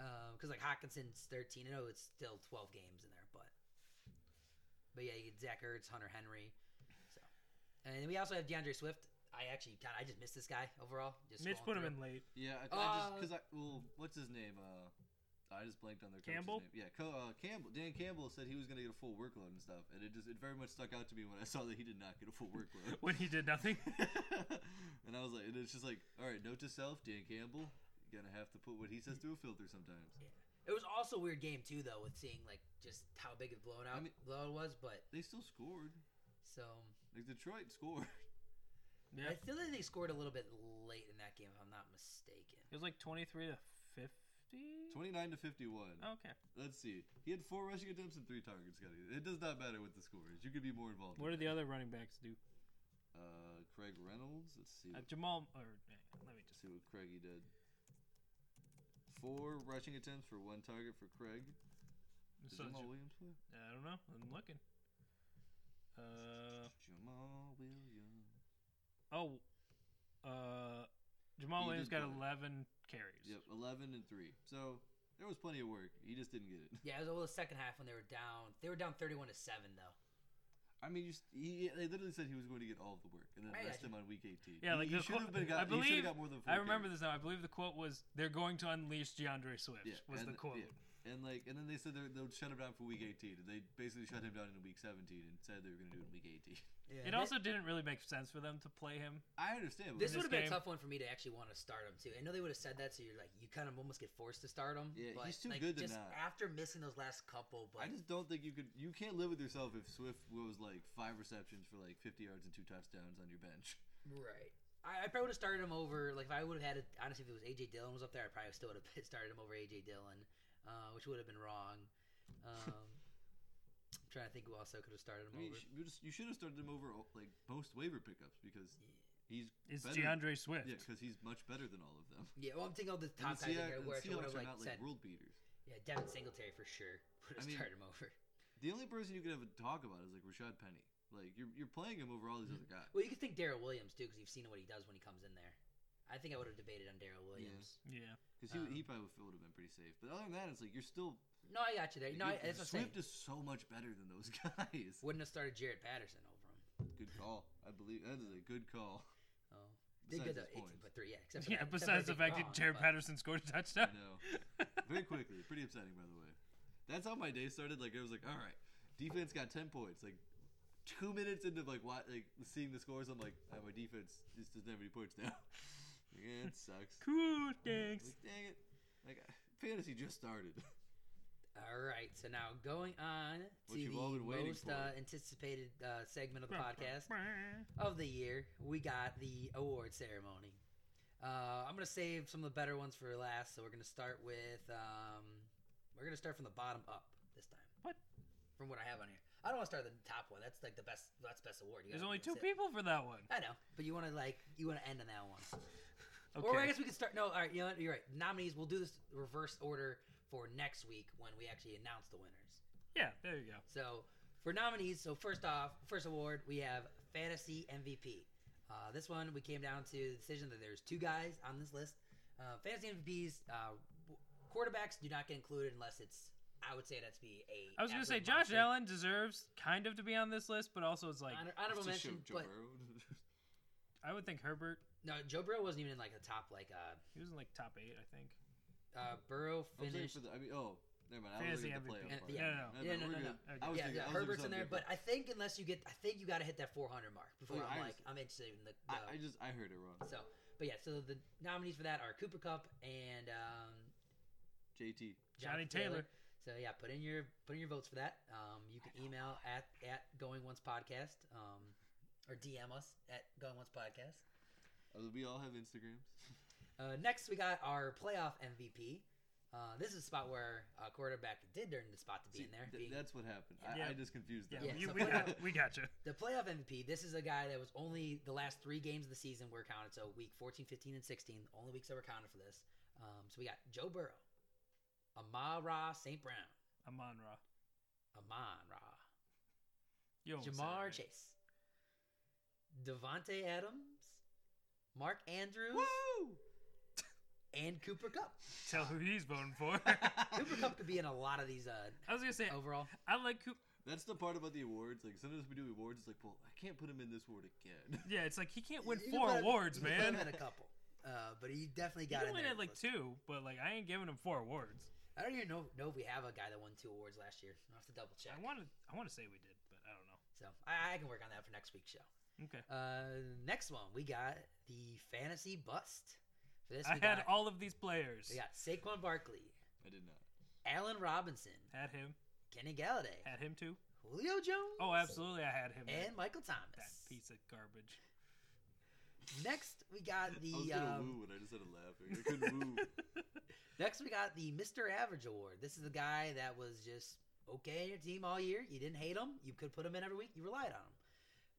Yeah. Um, because like Hawkinson's thirteen. I know it's still twelve games in there, but but yeah, you get Zach Ertz, Hunter Henry, so and then we also have DeAndre Swift. I actually kind of I just missed this guy overall. Just Mitch scrolling put him through. in late. Yeah, I, I just Uh, because I well, what's his name? Uh, I just blanked on their coach's Campbell? Name. Yeah, co- uh, Campbell. Dan Campbell said he was gonna get a full workload and stuff, and it just it very much stuck out to me when I saw that he did not get a full workload. when he did nothing. and I was like, and it's just like, all right, note to self, Dan Campbell, you're gonna have to put what he says through a filter sometimes. It was also a weird game too, though, with seeing like just how big a blown out I mean- blow it was. But They still scored. so Like Detroit scored. Yeah. I feel like they scored a little bit late in that game, if I'm not mistaken. It was like 23 to 50. 29 to 51. Okay. Let's see. He had four rushing attempts and three targets, Scotty. It does not matter what the score is. You could be more involved. What did the other running backs do? Uh, Craig Reynolds. Let's see. Uh, What, Jamal, or eh, let me let's just. see what Craigie did. Four rushing attempts for one target for Craig. Did so Jamal Jam- Williams play? I don't know. I'm looking. Uh Jamal Williams. oh. Uh, Jamal He Williams did got good. 11 carries. Yep, 11 and three. So there was plenty of work. He just didn't get it. Yeah, it was all the second half when they were down. They were down 31 to seven though. I mean, you, s- he, they literally said he was going to get all of the work and then I rest him got on week 18. Yeah, He- like he, the should have quote- been I got. he should have believe- got more than. Four I remember carries. this now. I believe the quote was, "They're going to unleash DeAndre Swift." Yeah, was and the the- quote. yeah. And like, and then they said they would shut him down for week 18. And they basically shut him down in week 17 and said they were going to do it in week 18. Yeah, It also didn't really make sense for them to play him. I understand. But this this would have been a game- tough one for me to actually want to start him too. I know they would have said that, so you're like you kind of almost get forced to start him. Yeah, but, he's too like, good to just not. After missing those last couple, I but just don't think you could. You can't live with yourself if Swift was like five receptions for like 50 yards and two touchdowns on your bench. right. I, I probably would have started him over. Like if I would have had it, honestly, if it was AJ Dillon was up there, I probably still would have started him over AJ Dillon, uh, which would have been wrong. Um, I'm trying to think who else I could have started him I mean, you, over. sh- you just you should have started him over like most waiver pickups because he's It's better- DeAndre Swift. Yeah, because he's much better than all of them. Yeah, well, I'm thinking of the And top the guys in Seah- here and where I would Seahawks have are like not said, like world beaters. yeah, Devin Singletary for sure. Would I have mean- started him over. The only person you could have a talk about is like Rashad Penny. Like you're you're playing him over all these other guys. Well, you could think Daryl Williams too, because you've seen what he does when he comes in there. I think I would have debated on Daryl Williams. Yeah. Because he, he Um, probably would have been pretty safe. But other than that, it's like you're still. No, I got you there. like, No, I, you're- that's what I'm saying. Swift is so much better than those guys. Wouldn't have started Jared Patterson over him. Good call. I believe that is a good call. Oh, Besides did good though. his 18 points. but three, yeah. Except for Yeah. that- except for Besides everything the fact that wrong, Jared but- Patterson scored a touchdown. I know. Mm-hmm. Very quickly. Pretty upsetting, by the way. That's how my day started. Like I was like, all right, defense got ten points. Like two minutes into like what like seeing the scores, I'm like, "Ah, my defense just doesn't have any points now. Like, yeah, it sucks. Cool. Like, Thanks. dang it. Like fantasy just started. All right, so now going on to What you've all the been waiting most for. uh, anticipated uh, segment of the podcast of the year. We got the award ceremony. Uh, I'm gonna save some of the better ones for last, so we're gonna start with um, we're gonna start from the bottom up this time. What? From what I have on here, I don't want to start at the top one. That's like the best. That's best award. You There's gotta- only two that's it. people for that one. I know, but you want to like you want to end on that one. Okay. Or I guess we could start. No, all right. You know what? You're right. Nominees. We'll do this reverse order for next week when we actually announce the winners. yeah. There you go. So for nominees, so first off, first award we have fantasy MVP. Uh, this one we came down to the decision that there's two guys on this list. Uh, fantasy MVPs, uh, w- quarterbacks do not get included unless it's. I would say that's be a. I was gonna say absolute Josh monster. Allen deserves kind of to be on this list, but also it's like Honor, It's honorable a mention, show, Joe but Burrow. I would think Herbert. no, Joe Burrow wasn't even in like the top. Like uh, He was in like top eight, I think. uh Burrow I'm saying finished. for the, I mean, oh, never mind. I was Fantasy looking at the playoff And- MVP. part. Uh, yeah, no, no. Yeah, no, we're no, good. no. I was yeah, thinking, yeah, I was Herbert's thinking in there, something but I think unless you get, I think you got to hit that 400 mark before Oh, I'm I like, I'm interested in the. different. I, the- I just I heard it wrong. so, but yeah, so the nominees for that are Cooper Cup and um, JT. Johnny Jonathan So yeah, put in your put in your votes for that. Um, you can email at at Going Once Podcast, um, or DM us at Going Once Podcast. Uh, we all have Instagrams. Uh, next, we got our playoff MVP. Uh, this is a spot where a quarterback did earn the spot to See, be in there. th- being that's what happened. I, Yeah. I just confused Yeah, that. Yeah, one. you- so we, put got, out- we got you. The playoff MVP. This is a guy that was only the last three games of the season were counted. So week 14, 15, and 16, the only weeks that were counted for this. Um, so we got Joe Burrow, Amara St. Brown, Amon Ra. Amon Ra, You almost said it, Jamar right? Chase, Devontae Adams, Mark Andrews, and Cooper Cup. Tell who he's voting for. Cooper Cup could be in a lot of these uh, I was gonna say overall. I like Coop. That's the part about the awards. Like sometimes we do awards, it's like, well, I can't put him in this award again. Yeah, it's like he can't win You can four put him- awards, you can put him man. at a couple. Uh, but he definitely He got in only there had like close. two, but like I ain't giving him four awards. I don't even know, know if we have a guy that won two awards last year. I'll have to double check. I want to. I want to say we did, but I don't know. So I, I can work on that for next week's show. Okay. Uh, next one, we got the fantasy bust. For this, we I had got, all of these players. we got Saquon Barkley, I did not. Allen Robinson, Had him. Kenny Galladay, Had him too. Julio Jones, Oh, absolutely, I had him. and Michael Thomas. that piece of garbage. Next, we I got was the gonna um, woo when I just started laughing. I couldn't woo. next we got the Mr. Average award. This is the guy that was just okay in your team all year. You didn't hate him. You could put him in every week. You relied on him.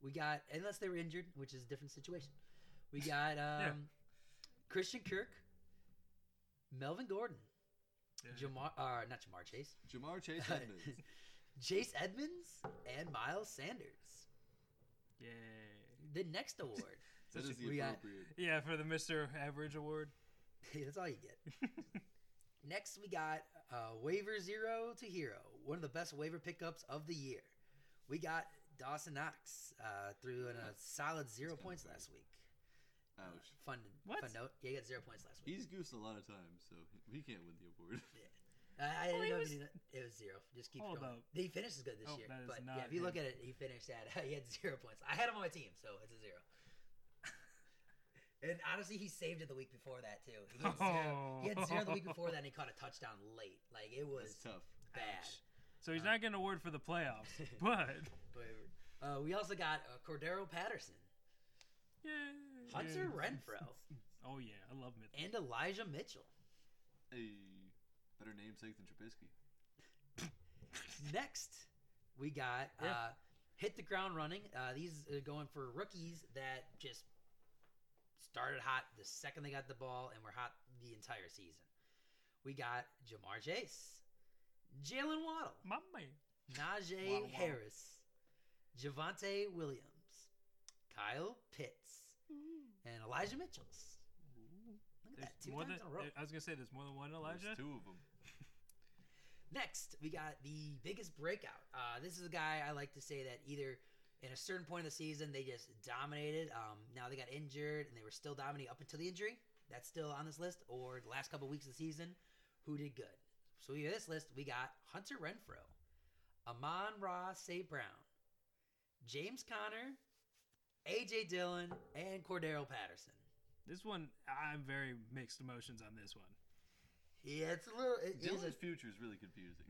We got unless they were injured, which is a different situation. We got um, Christian Kirk, Melvin Gordon, Jamar, uh, not Jamar Chase, Jamar Chase Edmonds. Chase Edmonds, and Miles Sanders. Yay. The next award. That Such is the we got- appropriate. Yeah, for the Mr. Average Award. Hey, that's all you get. Next, we got uh, waiver zero to hero, one of the best waiver pickups of the year. We got Dawson Knox uh, through in a solid zero kinda points funny. last week. Ouch. Fun, What? fun note. Yeah, he got zero points last week. He's goofed a lot of times, so he can't win the award. I, I Oh, didn't he know was- if you knew that. it was zero. Just keep Hold going. up. He finishes good this Oh, year, that is but not yeah, if you look him. at it, he finished at he had zero points. I had him on my team, so it's a zero. and honestly, he saved it the week before that too. He had zero, he had zero the week before that, and he caught a touchdown late. Like it was That's tough. bad. So he's Uh, not getting an award for the playoffs, but But uh, we also got uh, Cordero Patterson, yeah. Hunter Renfro, Oh yeah, I love him. and Elijah Mitchell. A better namesake than Trubisky. Next, we got Yeah. uh, hit the ground running. Uh, these are going for rookies that just started hot the second they got the ball and were hot the entire season. We got Jamar Chase, Jalen Waddle, My man. Najee Waddle, waddle. Harris, Javante Williams, Kyle Pitts, and Elijah Mitchell's. Look at There's that, two more times than, in a row. I was gonna say there's more than one Elijah. There's two of them. Next, we got the biggest breakout. Uh, this is a guy I like to say that either in a certain point of the season they just dominated. Um, now they got injured and they were still dominating up until the injury. That's still on this list, or the last couple weeks of the season, who did good. So we got this list. We got Hunter Renfro, Amon Ra St. Brown, James Conner, AJ Dillon, and Cordero Patterson. This one, I'm very mixed emotions on this one. Yeah, it's a little. It, it is Dylan's a, future is really confusing.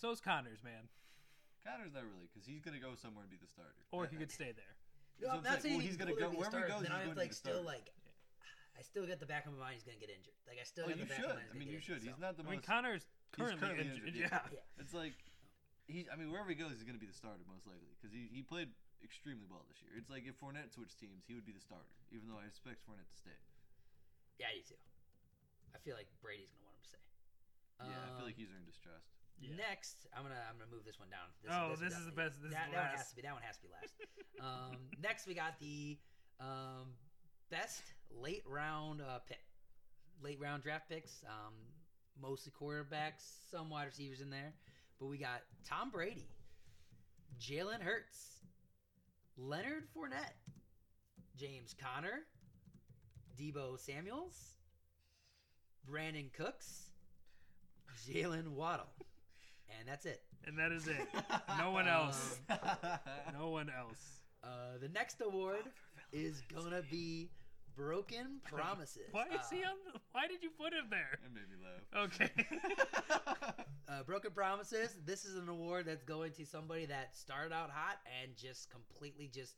So is Connors, man. Connor's not really, because he's gonna go somewhere and be the starter. Or That- he could stay there. No, That's what I'm saying. I'm not saying Well, he's he's gonna gonna go go- wherever he goes. Then he's I have gonna like be the still starter. like, I still got the back of my mind. He's gonna get injured. Like I still Oh, got you the back should. of my mind. he's I gonna mean, get you injured, should. He's so. not the I mean, most. Connor's currently, currently injured. injured, Yeah. yeah. It's like he. I mean, wherever he goes, he's going to be the starter most likely because he, he played extremely well this year. It's like if Fournette switched teams, he would be the starter, even though I expect Fournette to stay. Yeah, you too. I feel like Brady's gonna want him to stay. Yeah, I feel Um, like he's earned distrust. Yeah. Next, I'm gonna I'm gonna move this one down. Oh, one this is the definitely- best- this is that, that one has last. to be. That one has to be last. um, next, we got the um, best late round uh, pick, late round draft picks. Um, mostly quarterbacks, some wide receivers in there, but we got Tom Brady, Jalen Hurts, Leonard Fournette, James Conner, Debo Samuel's, Brandon Cooks, Jalen Waddle. And that's it. Um, And that is it. No one else. no. No one else. Uh, the next award is gonna be Broken Promises. Why is he Uh, on? The, why did you put him there? That made me laugh. Okay. uh, Broken Promises. This is an award that's going to somebody that started out hot and just completely just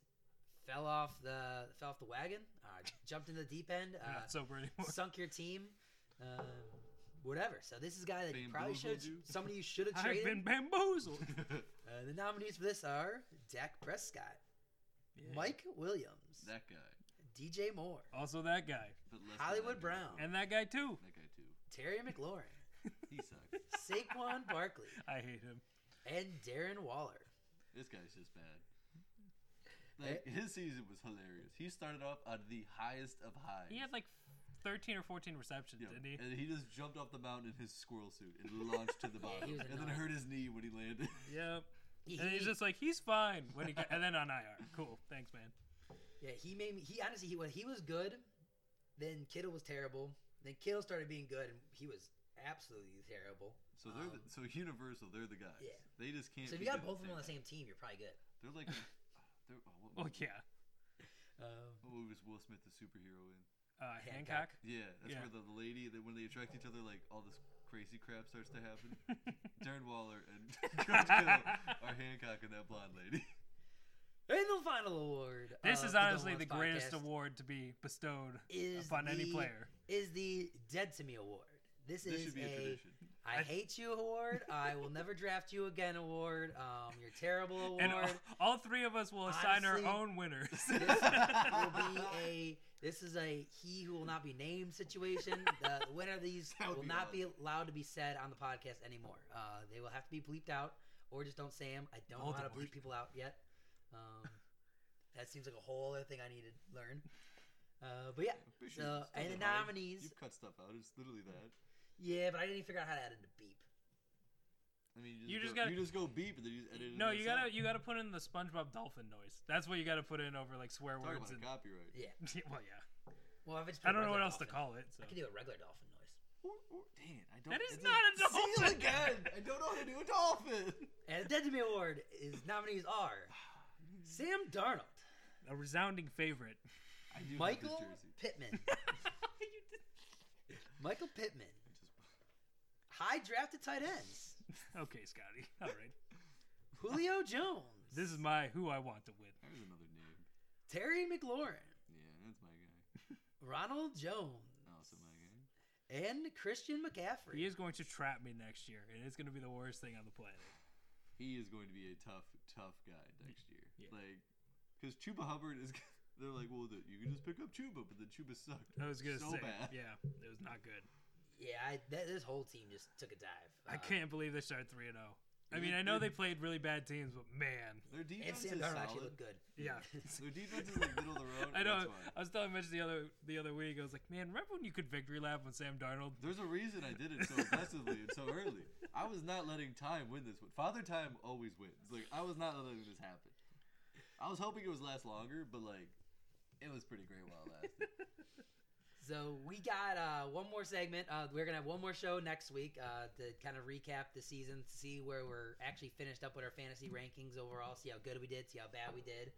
fell off the fell off the wagon, uh, jumped in the deep end, We're uh, not sober anymore. sunk your team, uh, whatever. So this is a guy that you probably should Bamboozled you? somebody you should have I've traded. been bamboozled. Uh, the nominees for this are Dak Prescott, Yeah. Mike Williams, that guy, DJ Moore, Also that guy. but less than Hollywood that guy. Brown. And that guy too. That guy too. Terry McLaurin, He sucks. Saquon Barkley, I hate him. and Darren Waller. This guy's just bad. Eh? Like his season was hilarious. He started off on the highest of highs. He had like 13 or 14 receptions, Yeah, didn't he? and he just jumped off the mountain in his squirrel suit and launched to the Yeah, bottom, he was and then annoying. hurt his knee when he landed. Yep. He, And he's just like, he's fine. When he got, and then on IR. Cool. Thanks, man. yeah, he made me. He honestly, he when he was good, then Kittle was terrible. Then Kittle started being good, and he was absolutely terrible. So they're the, Um, so Universal. They're the guys. yeah. They just can't. So if be you good got at both of them on the same team, you're probably good. They're like. They're, oh, what, Oh, movie- yeah. Um, What movie was Will Smith the superhero in? Uh, Hancock. Hancock. Yeah, that's Yeah. where the lady that when they attract each other, like all this crazy crap starts to happen. Uh, Darren Waller and George Kittle are Hancock and that blonde lady. and the final award. This of is the Don't honestly Watch the greatest Podcast award to be bestowed is upon any the- player. Is the Dead to Me Award. This, This is should be a, a tradition. I I- hate you award. I will never draft you again award. Um, you're terrible award. And all, all three of us will assign Honestly, our own winners. will be a this is a he who will not be named situation. The winner of these That would will be not be allowed to be said on the podcast anymore. Uh, they will have to be bleeped out, or just don't say them. I don't know how to Voldemort. bleep people out yet. Um, that seems like a whole other thing I need to learn. Uh, but yeah, We should so still and the get Holly. nominees, You've cut stuff out. It's literally that. yeah, but I didn't even figure out how to add in the beep. I mean, you You just just, go, gotta- you just go beep and then you just edit. it no, in you that gotta sound. you gotta put in the SpongeBob dolphin noise. That's what you gotta put in over like swear Talk words about and copyright. Yeah, Yeah, well, yeah. well, if it's I don't know regular what else to dolphin, call it. So. I can do a regular dolphin noise. Or- or- dang it! I don't. That is it's not a See you dolphin. again. I don't know how to do a dolphin. And the Dead to Me Award is nominees are Sam Darnold, A resounding favorite. I do have this Michael jersey. Pittman, You did- Michael Pittman, I just- high drafted tight ends, okay, Scotty. All right. Julio Jones. This is my who I want to win. There's another name. Terry McLaurin, Yeah, that's my guy. Ronald Jones, Oh, Also my guy. and Christian McCaffrey. He is going to trap me next year, and it's going to be the worst thing on the planet. He is going to be a tough, tough guy next year. yeah. Like, because Chuba Hubbard is. They're like, well, the, you can just pick up Chuba, but then Chuba sucked. I was going to so say, bad. yeah, it was not good. yeah, I, that, this whole team just took a dive. I Uh, can't believe they started three and zero. I They mean, look I know good. they played really bad teams, but man, Their And defense Sam is Darnold solid. actually looked good. yeah. Their defense is like middle of the road. I and know. that's why. I was telling Mitch the other the other week. I was like, man, remember when you could victory lap when Sam Darnold? There's a reason I did it so aggressively and so early. I was not letting time win this one. Father Time always wins. Like I was not letting this happen. I was hoping it was last longer, but like it was pretty great while it Uh, lasted. So we got uh, one more segment. Uh, we're gonna have one more show next week uh, to kind of recap the season, see where we're actually finished up with our fantasy rankings overall, see how good we did, see how bad we did.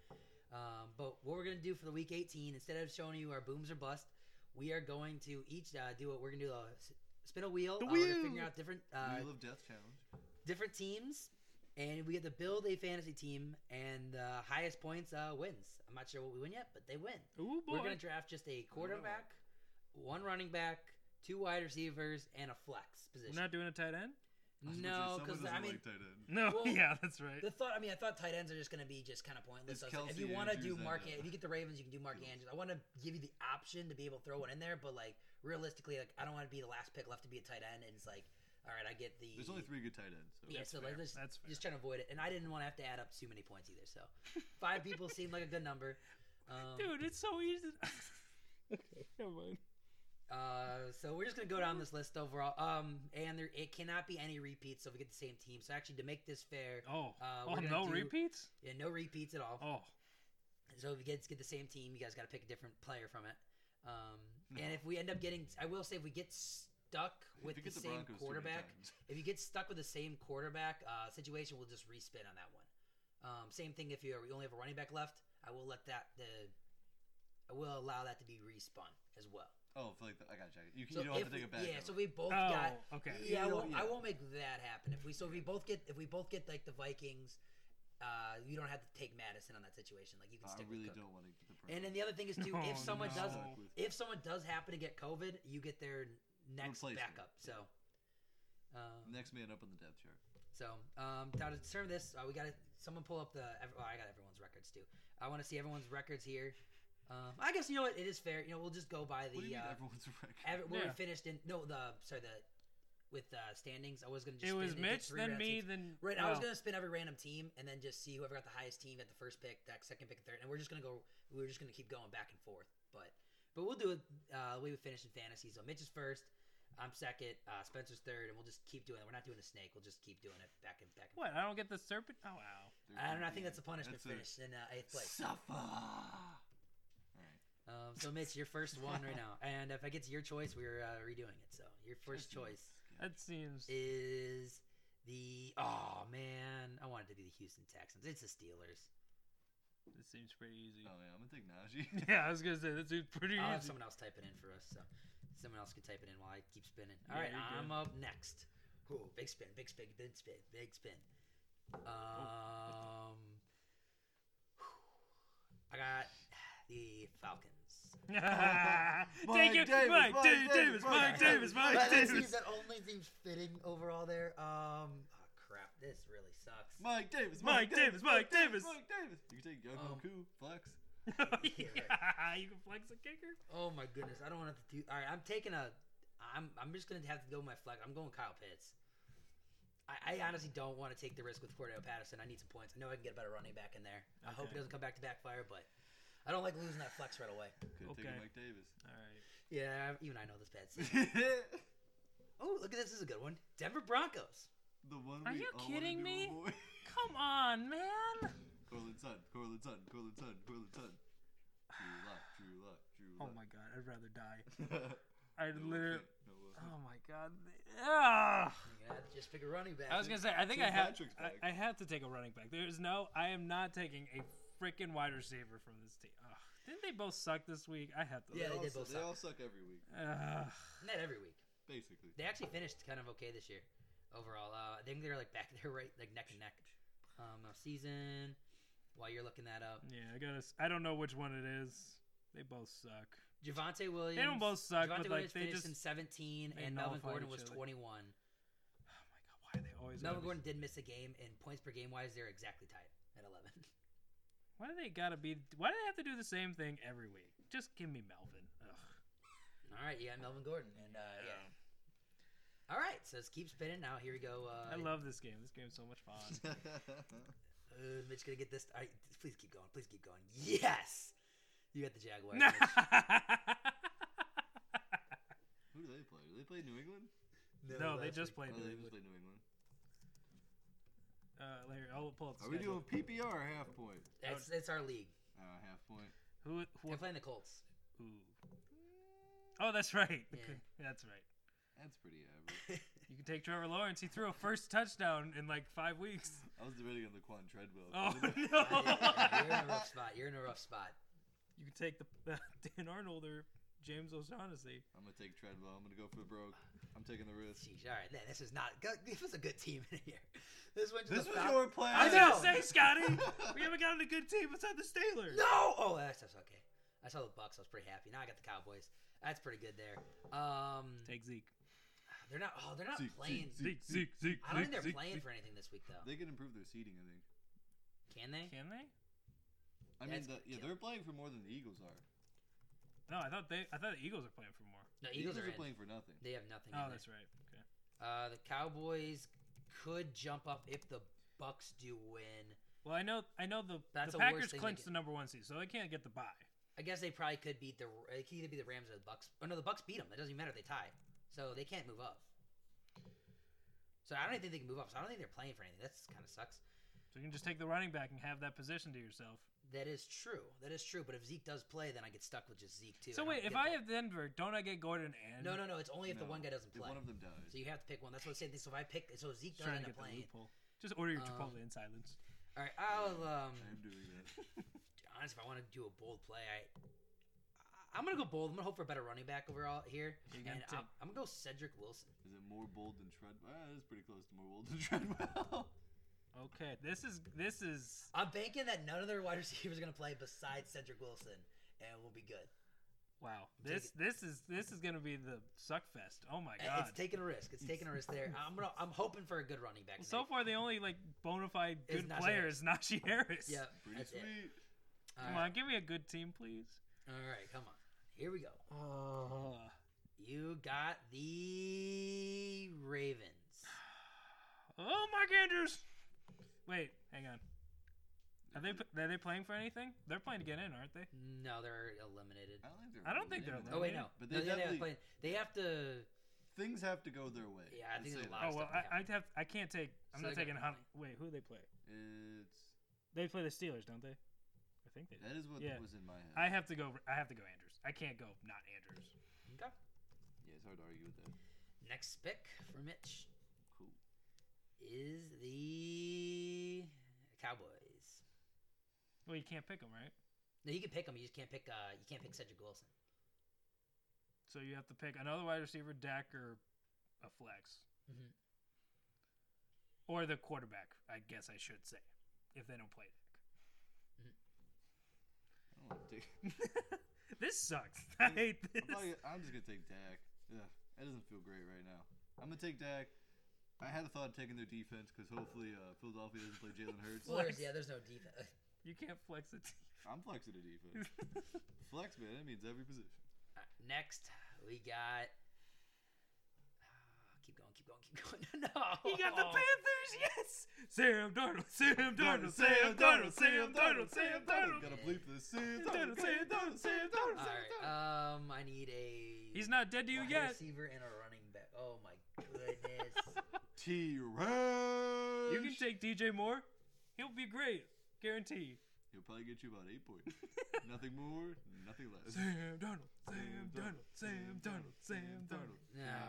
Um, but what we're gonna do for the week 18, instead of showing you our booms or bust, we are going to each uh, do what we're gonna do. Uh, s- spin a wheel. The Uh, we're gonna wheel! figure out different uh, Wheel of Death challenge. different teams, and we get to build a fantasy team, and the highest points uh, wins. I'm not sure what we win yet, but they win. Ooh boy, We're gonna draft just a quarterback, one running back, two wide receivers, and a flex position. we're not doing a tight end. no, because I mean, tight end. No, Well, yeah, that's right. the thought. I mean, I thought tight ends are just gonna be just kind of It's pointless. I was like, if Kelsey, you want to Andrews, do and, Mark, uh, if you get the Ravens, you can do Mark Fields. Andrews. I want to give you the option to be able to throw one in there, but like realistically, like I don't want to be the last pick left to be a tight end, and it's like, all right, I get the. There's only three good tight ends. So. Yeah, That's so fair. like let's That's fair. just trying to avoid it, and I didn't want to have to add up too many points either. So, five people seemed like a good number. Um, Dude, it's so easy. okay, never mind. Uh, so we're just gonna go down this list overall. Um, and there it cannot be any repeats, so we get the same team. So actually, to make this fair, Oh, Uh, oh, we're gonna no do- repeats. yeah, no repeats at all. Oh, So if you guys get the same team, you guys got to pick a different player from it. Um, No. and if we end up getting, I will say, if we get stuck with If you the get the same Broncos too many quarterback, times. if you get stuck with the same quarterback uh, situation, we'll just respin on that one. Um, same thing if you we only have a running back left, I will let that the, I will allow that to be respun as well. Oh, for like the, I got you. You, can, you don't have if to take we- it back. Yeah, though. so we both got oh, okay. Yeah, I You know, won't, I yeah. won't make that happen. If we so if we both get if we both get like the Vikings, uh, you don't have to take Madison on that situation. Like you can I stick really with Cook. don't want to get the. And then the other thing is too, No, if someone no. does Stuck with- if someone does happen to get COVID, you get their next Replacement, backup. So. Um, next man up on the depth chart. so um, now to determine this, uh, we got to someone pull up the. ev- Oh, I got everyone's records too. I want to see everyone's records here. Um, I guess you know what it is fair. You know we'll just go by the. What do you mean uh, everyone's record? Ever, when Yeah. we finished in no the sorry the with uh, standings, I was gonna just It was spin and get Mitch, three random teams. then me, Oh. then Right, I was well, gonna spin every random team and then just see whoever got the highest team at the first pick, that second pick, and third, and we're just gonna go. We're just gonna keep going back and forth, but but we'll do it uh, the way we finish in fantasy. So Mitch is first, I'm second, uh, Spencer's third, and we'll just keep doing it. We're not doing a snake. We'll just keep doing it back and back. And What? I don't get the serpent. Oh wow. I don't know. I think that's a punishment That's a- finish in uh, eighth place. Suffer. All right. Um, so Mitch, your first one right now, and if I get to your choice, we're uh, redoing it. So your first choice. That seems. is the oh man, I wanted to be the Houston Texans. It's the Steelers. That seems pretty easy. Oh yeah, I'm gonna take Najee. Yeah, I was gonna say that seems pretty I'll have easy. someone else type it in for us, so someone else can type it in while I keep spinning. Yeah, All right, you're good. I'm up next. Ooh, big spin, big spin, big Oh. spin, big spin. Um, I got the Falcons. Take your Davis, Mike, Mike Davis, Davis, Mike Mike Davis, Mike Mike that, that Davis. seems that only seems fitting overall there. Um, oh, crap, this really sucks. Mike Davis, Mike Davis, Mike Davis. Mike Davis. You can take Young Um, Koo, Flex. yeah, you can flex a kicker. Oh my goodness, I don't want to have to do. All right, I'm taking a. I'm I'm just gonna have to go with my flag. I'm going Kyle Pitts. I, I honestly don't want to take the risk with Cordell Patterson. I need some points. I know I can get a better running back in there. I hope it Okay. doesn't come back to backfire, but I don't like losing that flex right away. Could have Okay. taken Mike Davis. All right. Yeah, even I know this bad. scene. oh, look at this. This is a good one. Denver Broncos. the one Are we you all wanna do kidding me? avoid. Come on, man. Corlin Sun, Corlin Sun, Corlin Sun, Corlin Sun. Drew Lock, Drew Lock, Drew Oh Lock. my god, I'd rather die. my. I'd literally. No, Oh my god. Ah. You gotta just pick a running back. I was gonna say, I think Tim I have. Patrick's back. I, I have to take a running back. There's no. I am not taking a freaking wide receiver from this team. Ugh. Didn't they both suck this week? I have to. Yeah, they did all, both su- suck. all suck every week, Ugh. Not every week. basically. They actually finished kind of okay this year overall. Uh, I think they're like back there, right, like neck and neck. Um, of season. While you're looking that up, Yeah, I gotta. s- I don't know which one it is. They both suck. Javante Williams. both suck, Javonte but, like, Williams finished they just- in 17, they and Melvin nullified Gordon was each other. 21. Oh my god, why are they always? Melvin gotta be- Gordon did miss a game, and points per game wise, they're exactly tied at 11. Mm-hmm. Why do they gotta be? Why do they have to do the same thing every week? Just give me Melvin. Ugh. All right, you got Melvin Gordon, and uh, yeah. All right, so let's keep spinning. Now here we go. Uh, I love this game. This game's so much fun. Uh, Mitch gonna get this. I please keep going. Please keep going. Yes, you got the Jaguars. No. Mitch. Who do they play? Do they play New England? no, they last just week. played. oh, they New just England. play New England. Uh, later, I'll pull up Are the we schedule. doing PPR or half point? That's it's our league. Uh, half point. Who? who They're playing the Colts. ooh. Oh, that's right. Yeah. That's right. That's pretty average. You can take Trevor Lawrence. He threw a first touchdown in like five weeks. I was debating on the Quan Treadwell. Oh Uh, yeah, you're in a no! rough spot. You're in a rough spot. you can take the Dan Arnold or James O'Shaughnessy. I'm gonna take Treadwell. I'm gonna go for broke. I'm taking the risk. Jeez, all right, this is not. go- This was a good team in here. This one. This was the Fal- your plan. I was know. gonna say, Scotty, we haven't gotten a good team beside the Steelers. No. Oh, that's, that's okay. I saw the Bucks. I was pretty happy. Now I got the Cowboys. That's pretty good there. Um, Take Zeke. they're not. Oh, they're not Zeke, Zeke, playing. Zeke. Zeke. I don't think they're playing for anything this week though. They can improve their seeding, I think. Can they? Can they? I mean, That's the, gonna yeah, kill. they're playing for more than the Eagles are. No, I thought they. I thought the Eagles are playing for more. No, The Eagles are in. playing for nothing. They have nothing. in Oh, there. that's right. Okay. Uh, the Cowboys could jump up if the Bucks do win. Well, I know. I know the, That's the a worse Packers thing to clinched get- the number one seed, so they can't get the bye. I guess they probably could beat the. It could either be the Rams or the Bucks. Oh no, the Bucks beat them. It doesn't even matter if they tie, so they can't move up. So I don't even think they can move up. So I don't think they're playing for anything. That's kind of sucks. So you can just take the running back and have that position to yourself. That is true. That is true. But if Zeke does play, then I get stuck with just Zeke too. so and wait, don't if get I that. have Denver, don't I get Gordon and? no, no, no. It's only if the No, one guy doesn't If play. one of them dies. So you have to pick one. That's what I'm saying. So if I pick, so Zeke Just does end Trying up to get the playing. loophole. Just order your Um, Chipotle in silence. All right, I'll um. I'm doing that. honest, if I want to do a bold play, I I- I'm gonna go bold. I'm gonna hope for a better running back overall here, You and gotta I'm, take- I'm gonna go Cedric Wilson. Is it more bold than Treadwell? Ah, that's pretty close to more bold than Treadwell. Okay, this is this is I'm banking that none of their wide receivers are gonna play besides Cedric Wilson, and we'll be good. wow. Take This this is this is gonna be the suck fest. Oh my I- god. It's taking a risk. It's taking a risk there. I'm gonna. I'm hoping for a good running back. Well, so today. far, the only like bona fide Is good Najee player Harris. is Najee Harris. yeah, pretty that's it. sweet. All Come right. on, give me a good team, please. All right, come on. Here we go. Uh-huh. Uh, You got the Ravens. oh, Mark Andrews. Wait, hang on. Are they p- are they playing for anything? They're playing to get in, aren't they? No, they're eliminated. I don't think they're. I don't think they're eliminated. Oh wait, no. But they No, they, they, have definitely- playing. they have to. Things have to go their way. Yeah, I Let's think there's say that. a lot of Oh well, stuff I, I have I can't take. I'm So not they got taking. Hunt. plenty. Wait, who do they play? It's They play the Steelers, don't they? I think they. Do. that is what Yeah. was in my head. I have to go. I have to go Andrews. I can't go not Andrews. Okay. yeah, it's hard to argue with that. Next pick for Mitch Cool. is the Cowboys. Well, you can't pick them, right? No, you can pick them. You just can't pick. Uh, you can't pick Cedric Wilson. So you have to pick another wide receiver, Dak, or a flex, Mhm. or the quarterback. I guess I should say, if they don't play Dak. I'll take- this sucks. I hate this. I'm, probably, I'm just gonna take Dak. Ugh, that doesn't feel great right now. I'm gonna take Dak. I had a thought of taking their defense because hopefully uh, Philadelphia doesn't play Jalen Hurts. Well, there's, yeah, there's no defense. You can't flex it. I'm flexing a defense. Flex, man, that means every position. Uh, Next, we got. uh, keep going, keep going, keep going. no, He got the Panthers, yes! Oh. Sam Darnold, Sam Darnold, Sam Sam Darnold, Sam Darnold, Sam Darnold. Gotta bleep this. Sam Darnold, Darnold, Sam Darnold, uh, Sam Darnold, All Sam right. Darnold. Um, I need a. He's not dead to you wide yet. Receiver and a running back. Oh my goodness. T-Rex. You can take DJ Moore. He'll be great. Guarantee. He'll probably get you about eight points. nothing more, nothing less. Sam Darnold, Sam Darnold, Sam Darnold, Sam Darnold. no.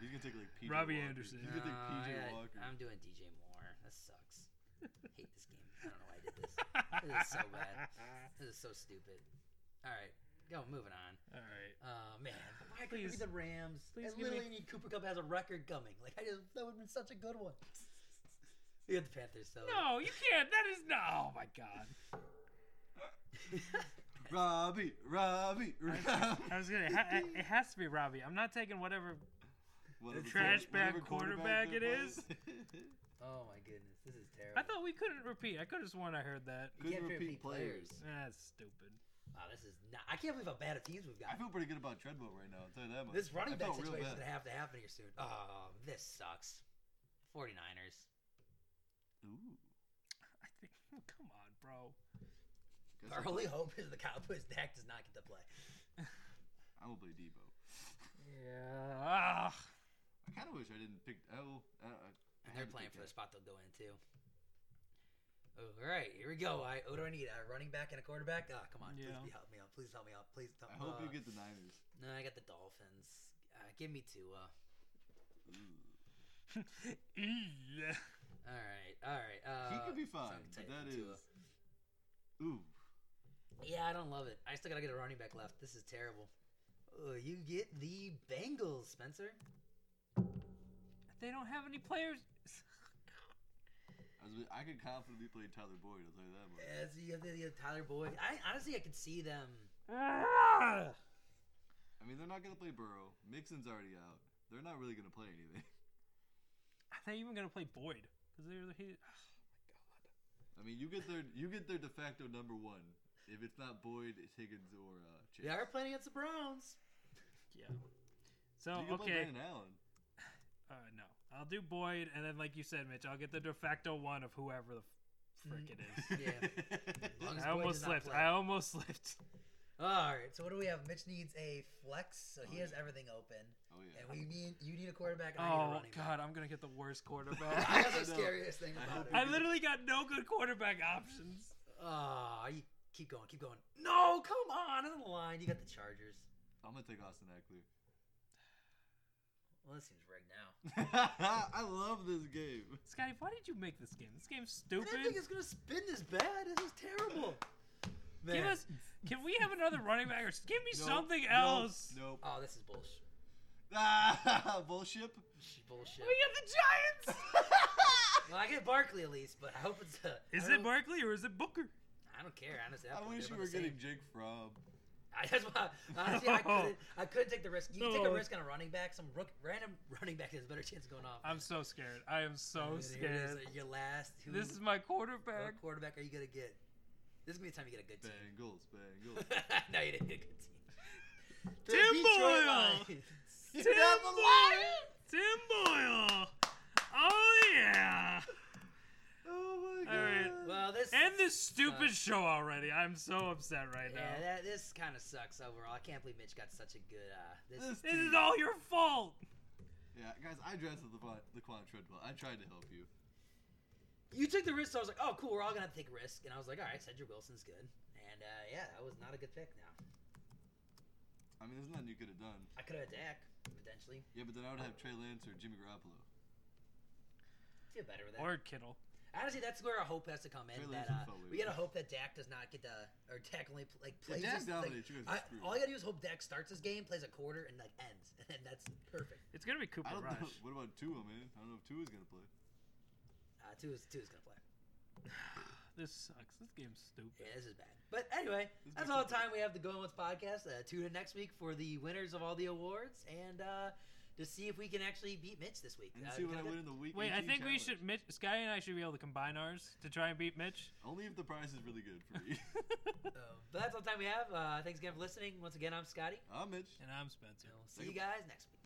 He's gonna take like Peter Robbie Walker. Anderson. He's gonna No, I take PJ gotta- Walker. Oh, I'm doing DJ Moore. That sucks. hate this game. I don't know why I did this. Ah. This is so bad. This is so stupid. All right, go. Moving on. All right. Oh man, why could Please- the Rams? please and give me- literally, Cooper Cup has a record coming. Like I just that would have been such a good one. You got the Panthers, so No, you can't. That is no. Oh my God. Robbie, Robbie, Robbie. I was gonna. It, ha- it has to be Robbie. I'm not taking whatever. Whatever trash quarter- bag whatever quarterback it they're is. playing. oh my goodness, this is terrible. I thought we couldn't repeat. I could have sworn I heard that. you can't Couldn't repeat, repeat players. players. That's stupid. Wow, this is not. I can't believe how bad a teams we've I got. feel pretty good about Treadwell right now. I'll tell you that much. This running I back felt real situation bad. is gonna have to happen here soon. Oh, this sucks. 49ers. Ooh, I think. Come on, bro. guess Our I'll- only hope is the Cowboys. Dak does not get to play. I will play Debo. Yeah. Ah. I kind of wish I didn't pick. Oh, I, I, I And they're had to playing pick for that. the spot they'll go in too. All right, here we go. I what do I need? A running back and a quarterback? Ah, come on, Yeah. please be- help me out. Please help me out. Please. Help, I hope uh, you get the Niners. No, I got the Dolphins. Uh, give me Tua. Ooh. Yeah. All right, all right. Uh, he could be so I'm fine, gonna but take that Tua. is. Ooh, Yeah, I don't love it. I still gotta get a running back left. This is terrible. Oh, you get the Bengals, Spencer. They don't have any players. I, was, I could confidently play Tyler Boyd. I'll tell you that much. As you have the, you have Tyler Boyd. I honestly, I could see them. Ah. I mean, they're not gonna play Burrow. Mixon's already out. They're not really gonna play anything. Are they even gonna play Boyd? Because they're he. I mean, you get their you get their de facto number one. If it's not Boyd, it's Higgins, or uh, Chase. They are playing against the Browns. Yeah. So you can play okay. Brandon Allen. Uh, no, I'll do Boyd, and then like you said, Mitch, I'll get the de facto one of whoever the frick it is. Yeah. long as Boyd I almost does not slipped. play. I almost slipped. All right. So what do we have? Mitch needs a flex, so he Oh, has yeah. everything open. Oh yeah. And we need you need a quarterback. And I need a Oh running back. God, I'm gonna get the worst I quarterback. That's the know. scariest thing I about hope it. you I literally got no good quarterback options. Ah, you keep going, keep going. No, come on, on the line. You got the Chargers. I'm gonna take Austin Eckler. Well, this seems rigged now. I love this game. Scotty, why did you make this game? This game's I didn't think stupid. it's gonna spin this bad. This is terrible. Man. Give us. Can we have another running back? Or s- give me Nope, something nope, else. Nope. Oh, this is bullshit. Ah, bullshit. Bullshit. We got the Giants. Well, I get Barkley at least, but I hope it's a. is I it don't- Barkley or is it Booker? I don't care. Honestly, I wish you were getting Jake Fromm. I that's why. Honestly, I couldn't. I couldn't take the risk. You take Oh. No. a risk on a running back. Some rook, random running back has a better chance of going off. I'm so scared. I am so And here it is, scared. uh, Your last. Who, This is my what quarterback. quarterback are you gonna get? This is gonna be the time you get a good team. Bengals, Bengals. no, you didn't get a good team. The Tim Detroit Boyle! Lions. You Tim got the Boyle. Lions! Tim Boyle. Oh yeah. Oh my All right. god. Well, this End this stupid Uh, show already. I'm so upset right Yeah, now. that, this kind of sucks overall. I can't believe Mitch got such a good. Uh, this, This This is team- all your fault. Yeah, guys, I drafted the Laquan Treadwell. I tried to help you. you took the risk. So I was like, oh, cool. We're all gonna have to take risk. And I was like, all right, Cedric Wilson's good. And uh, yeah, that was not a good pick. Now I mean, there's nothing you could have done. I could have attacked potentially. Yeah, but then I would have Trey Lance or Jimmy Garoppolo. Feel better with that. Or Kittle. Honestly, that's where our hope has to come in. Trey That Lance uh, is probably we gotta worse. hope that Dak does not get the or Dak only pl- like plays. Dak his- like, dominates, you guys are I, screwed. all you gotta do is hope Dak starts his game, plays a quarter, and like ends, and that's perfect. It's gonna be Cooper I don't Rush. know. What about Tua, man? I don't know if Tua's gonna play. Uh, two is two is gonna play. this sucks. This game's stupid. Yeah, this is bad. But anyway, This that's makes all me the time we have to go on with the podcast. Uh, tune in next week for the winners of all the awards and uh, to see if we can actually beat Mitch this week. And Uh, see what I because win in the week. Wait, I E 18 think we challenge. should. Mitch, Sky and I should be able to combine ours to try and beat Mitch. Only if the price is really good for me. that- uh, but that's all the time we have. Uh, thanks again for listening. Once again, I'm Scotty. I'm Mitch. And I'm Spencer. And we'll see you guys next week.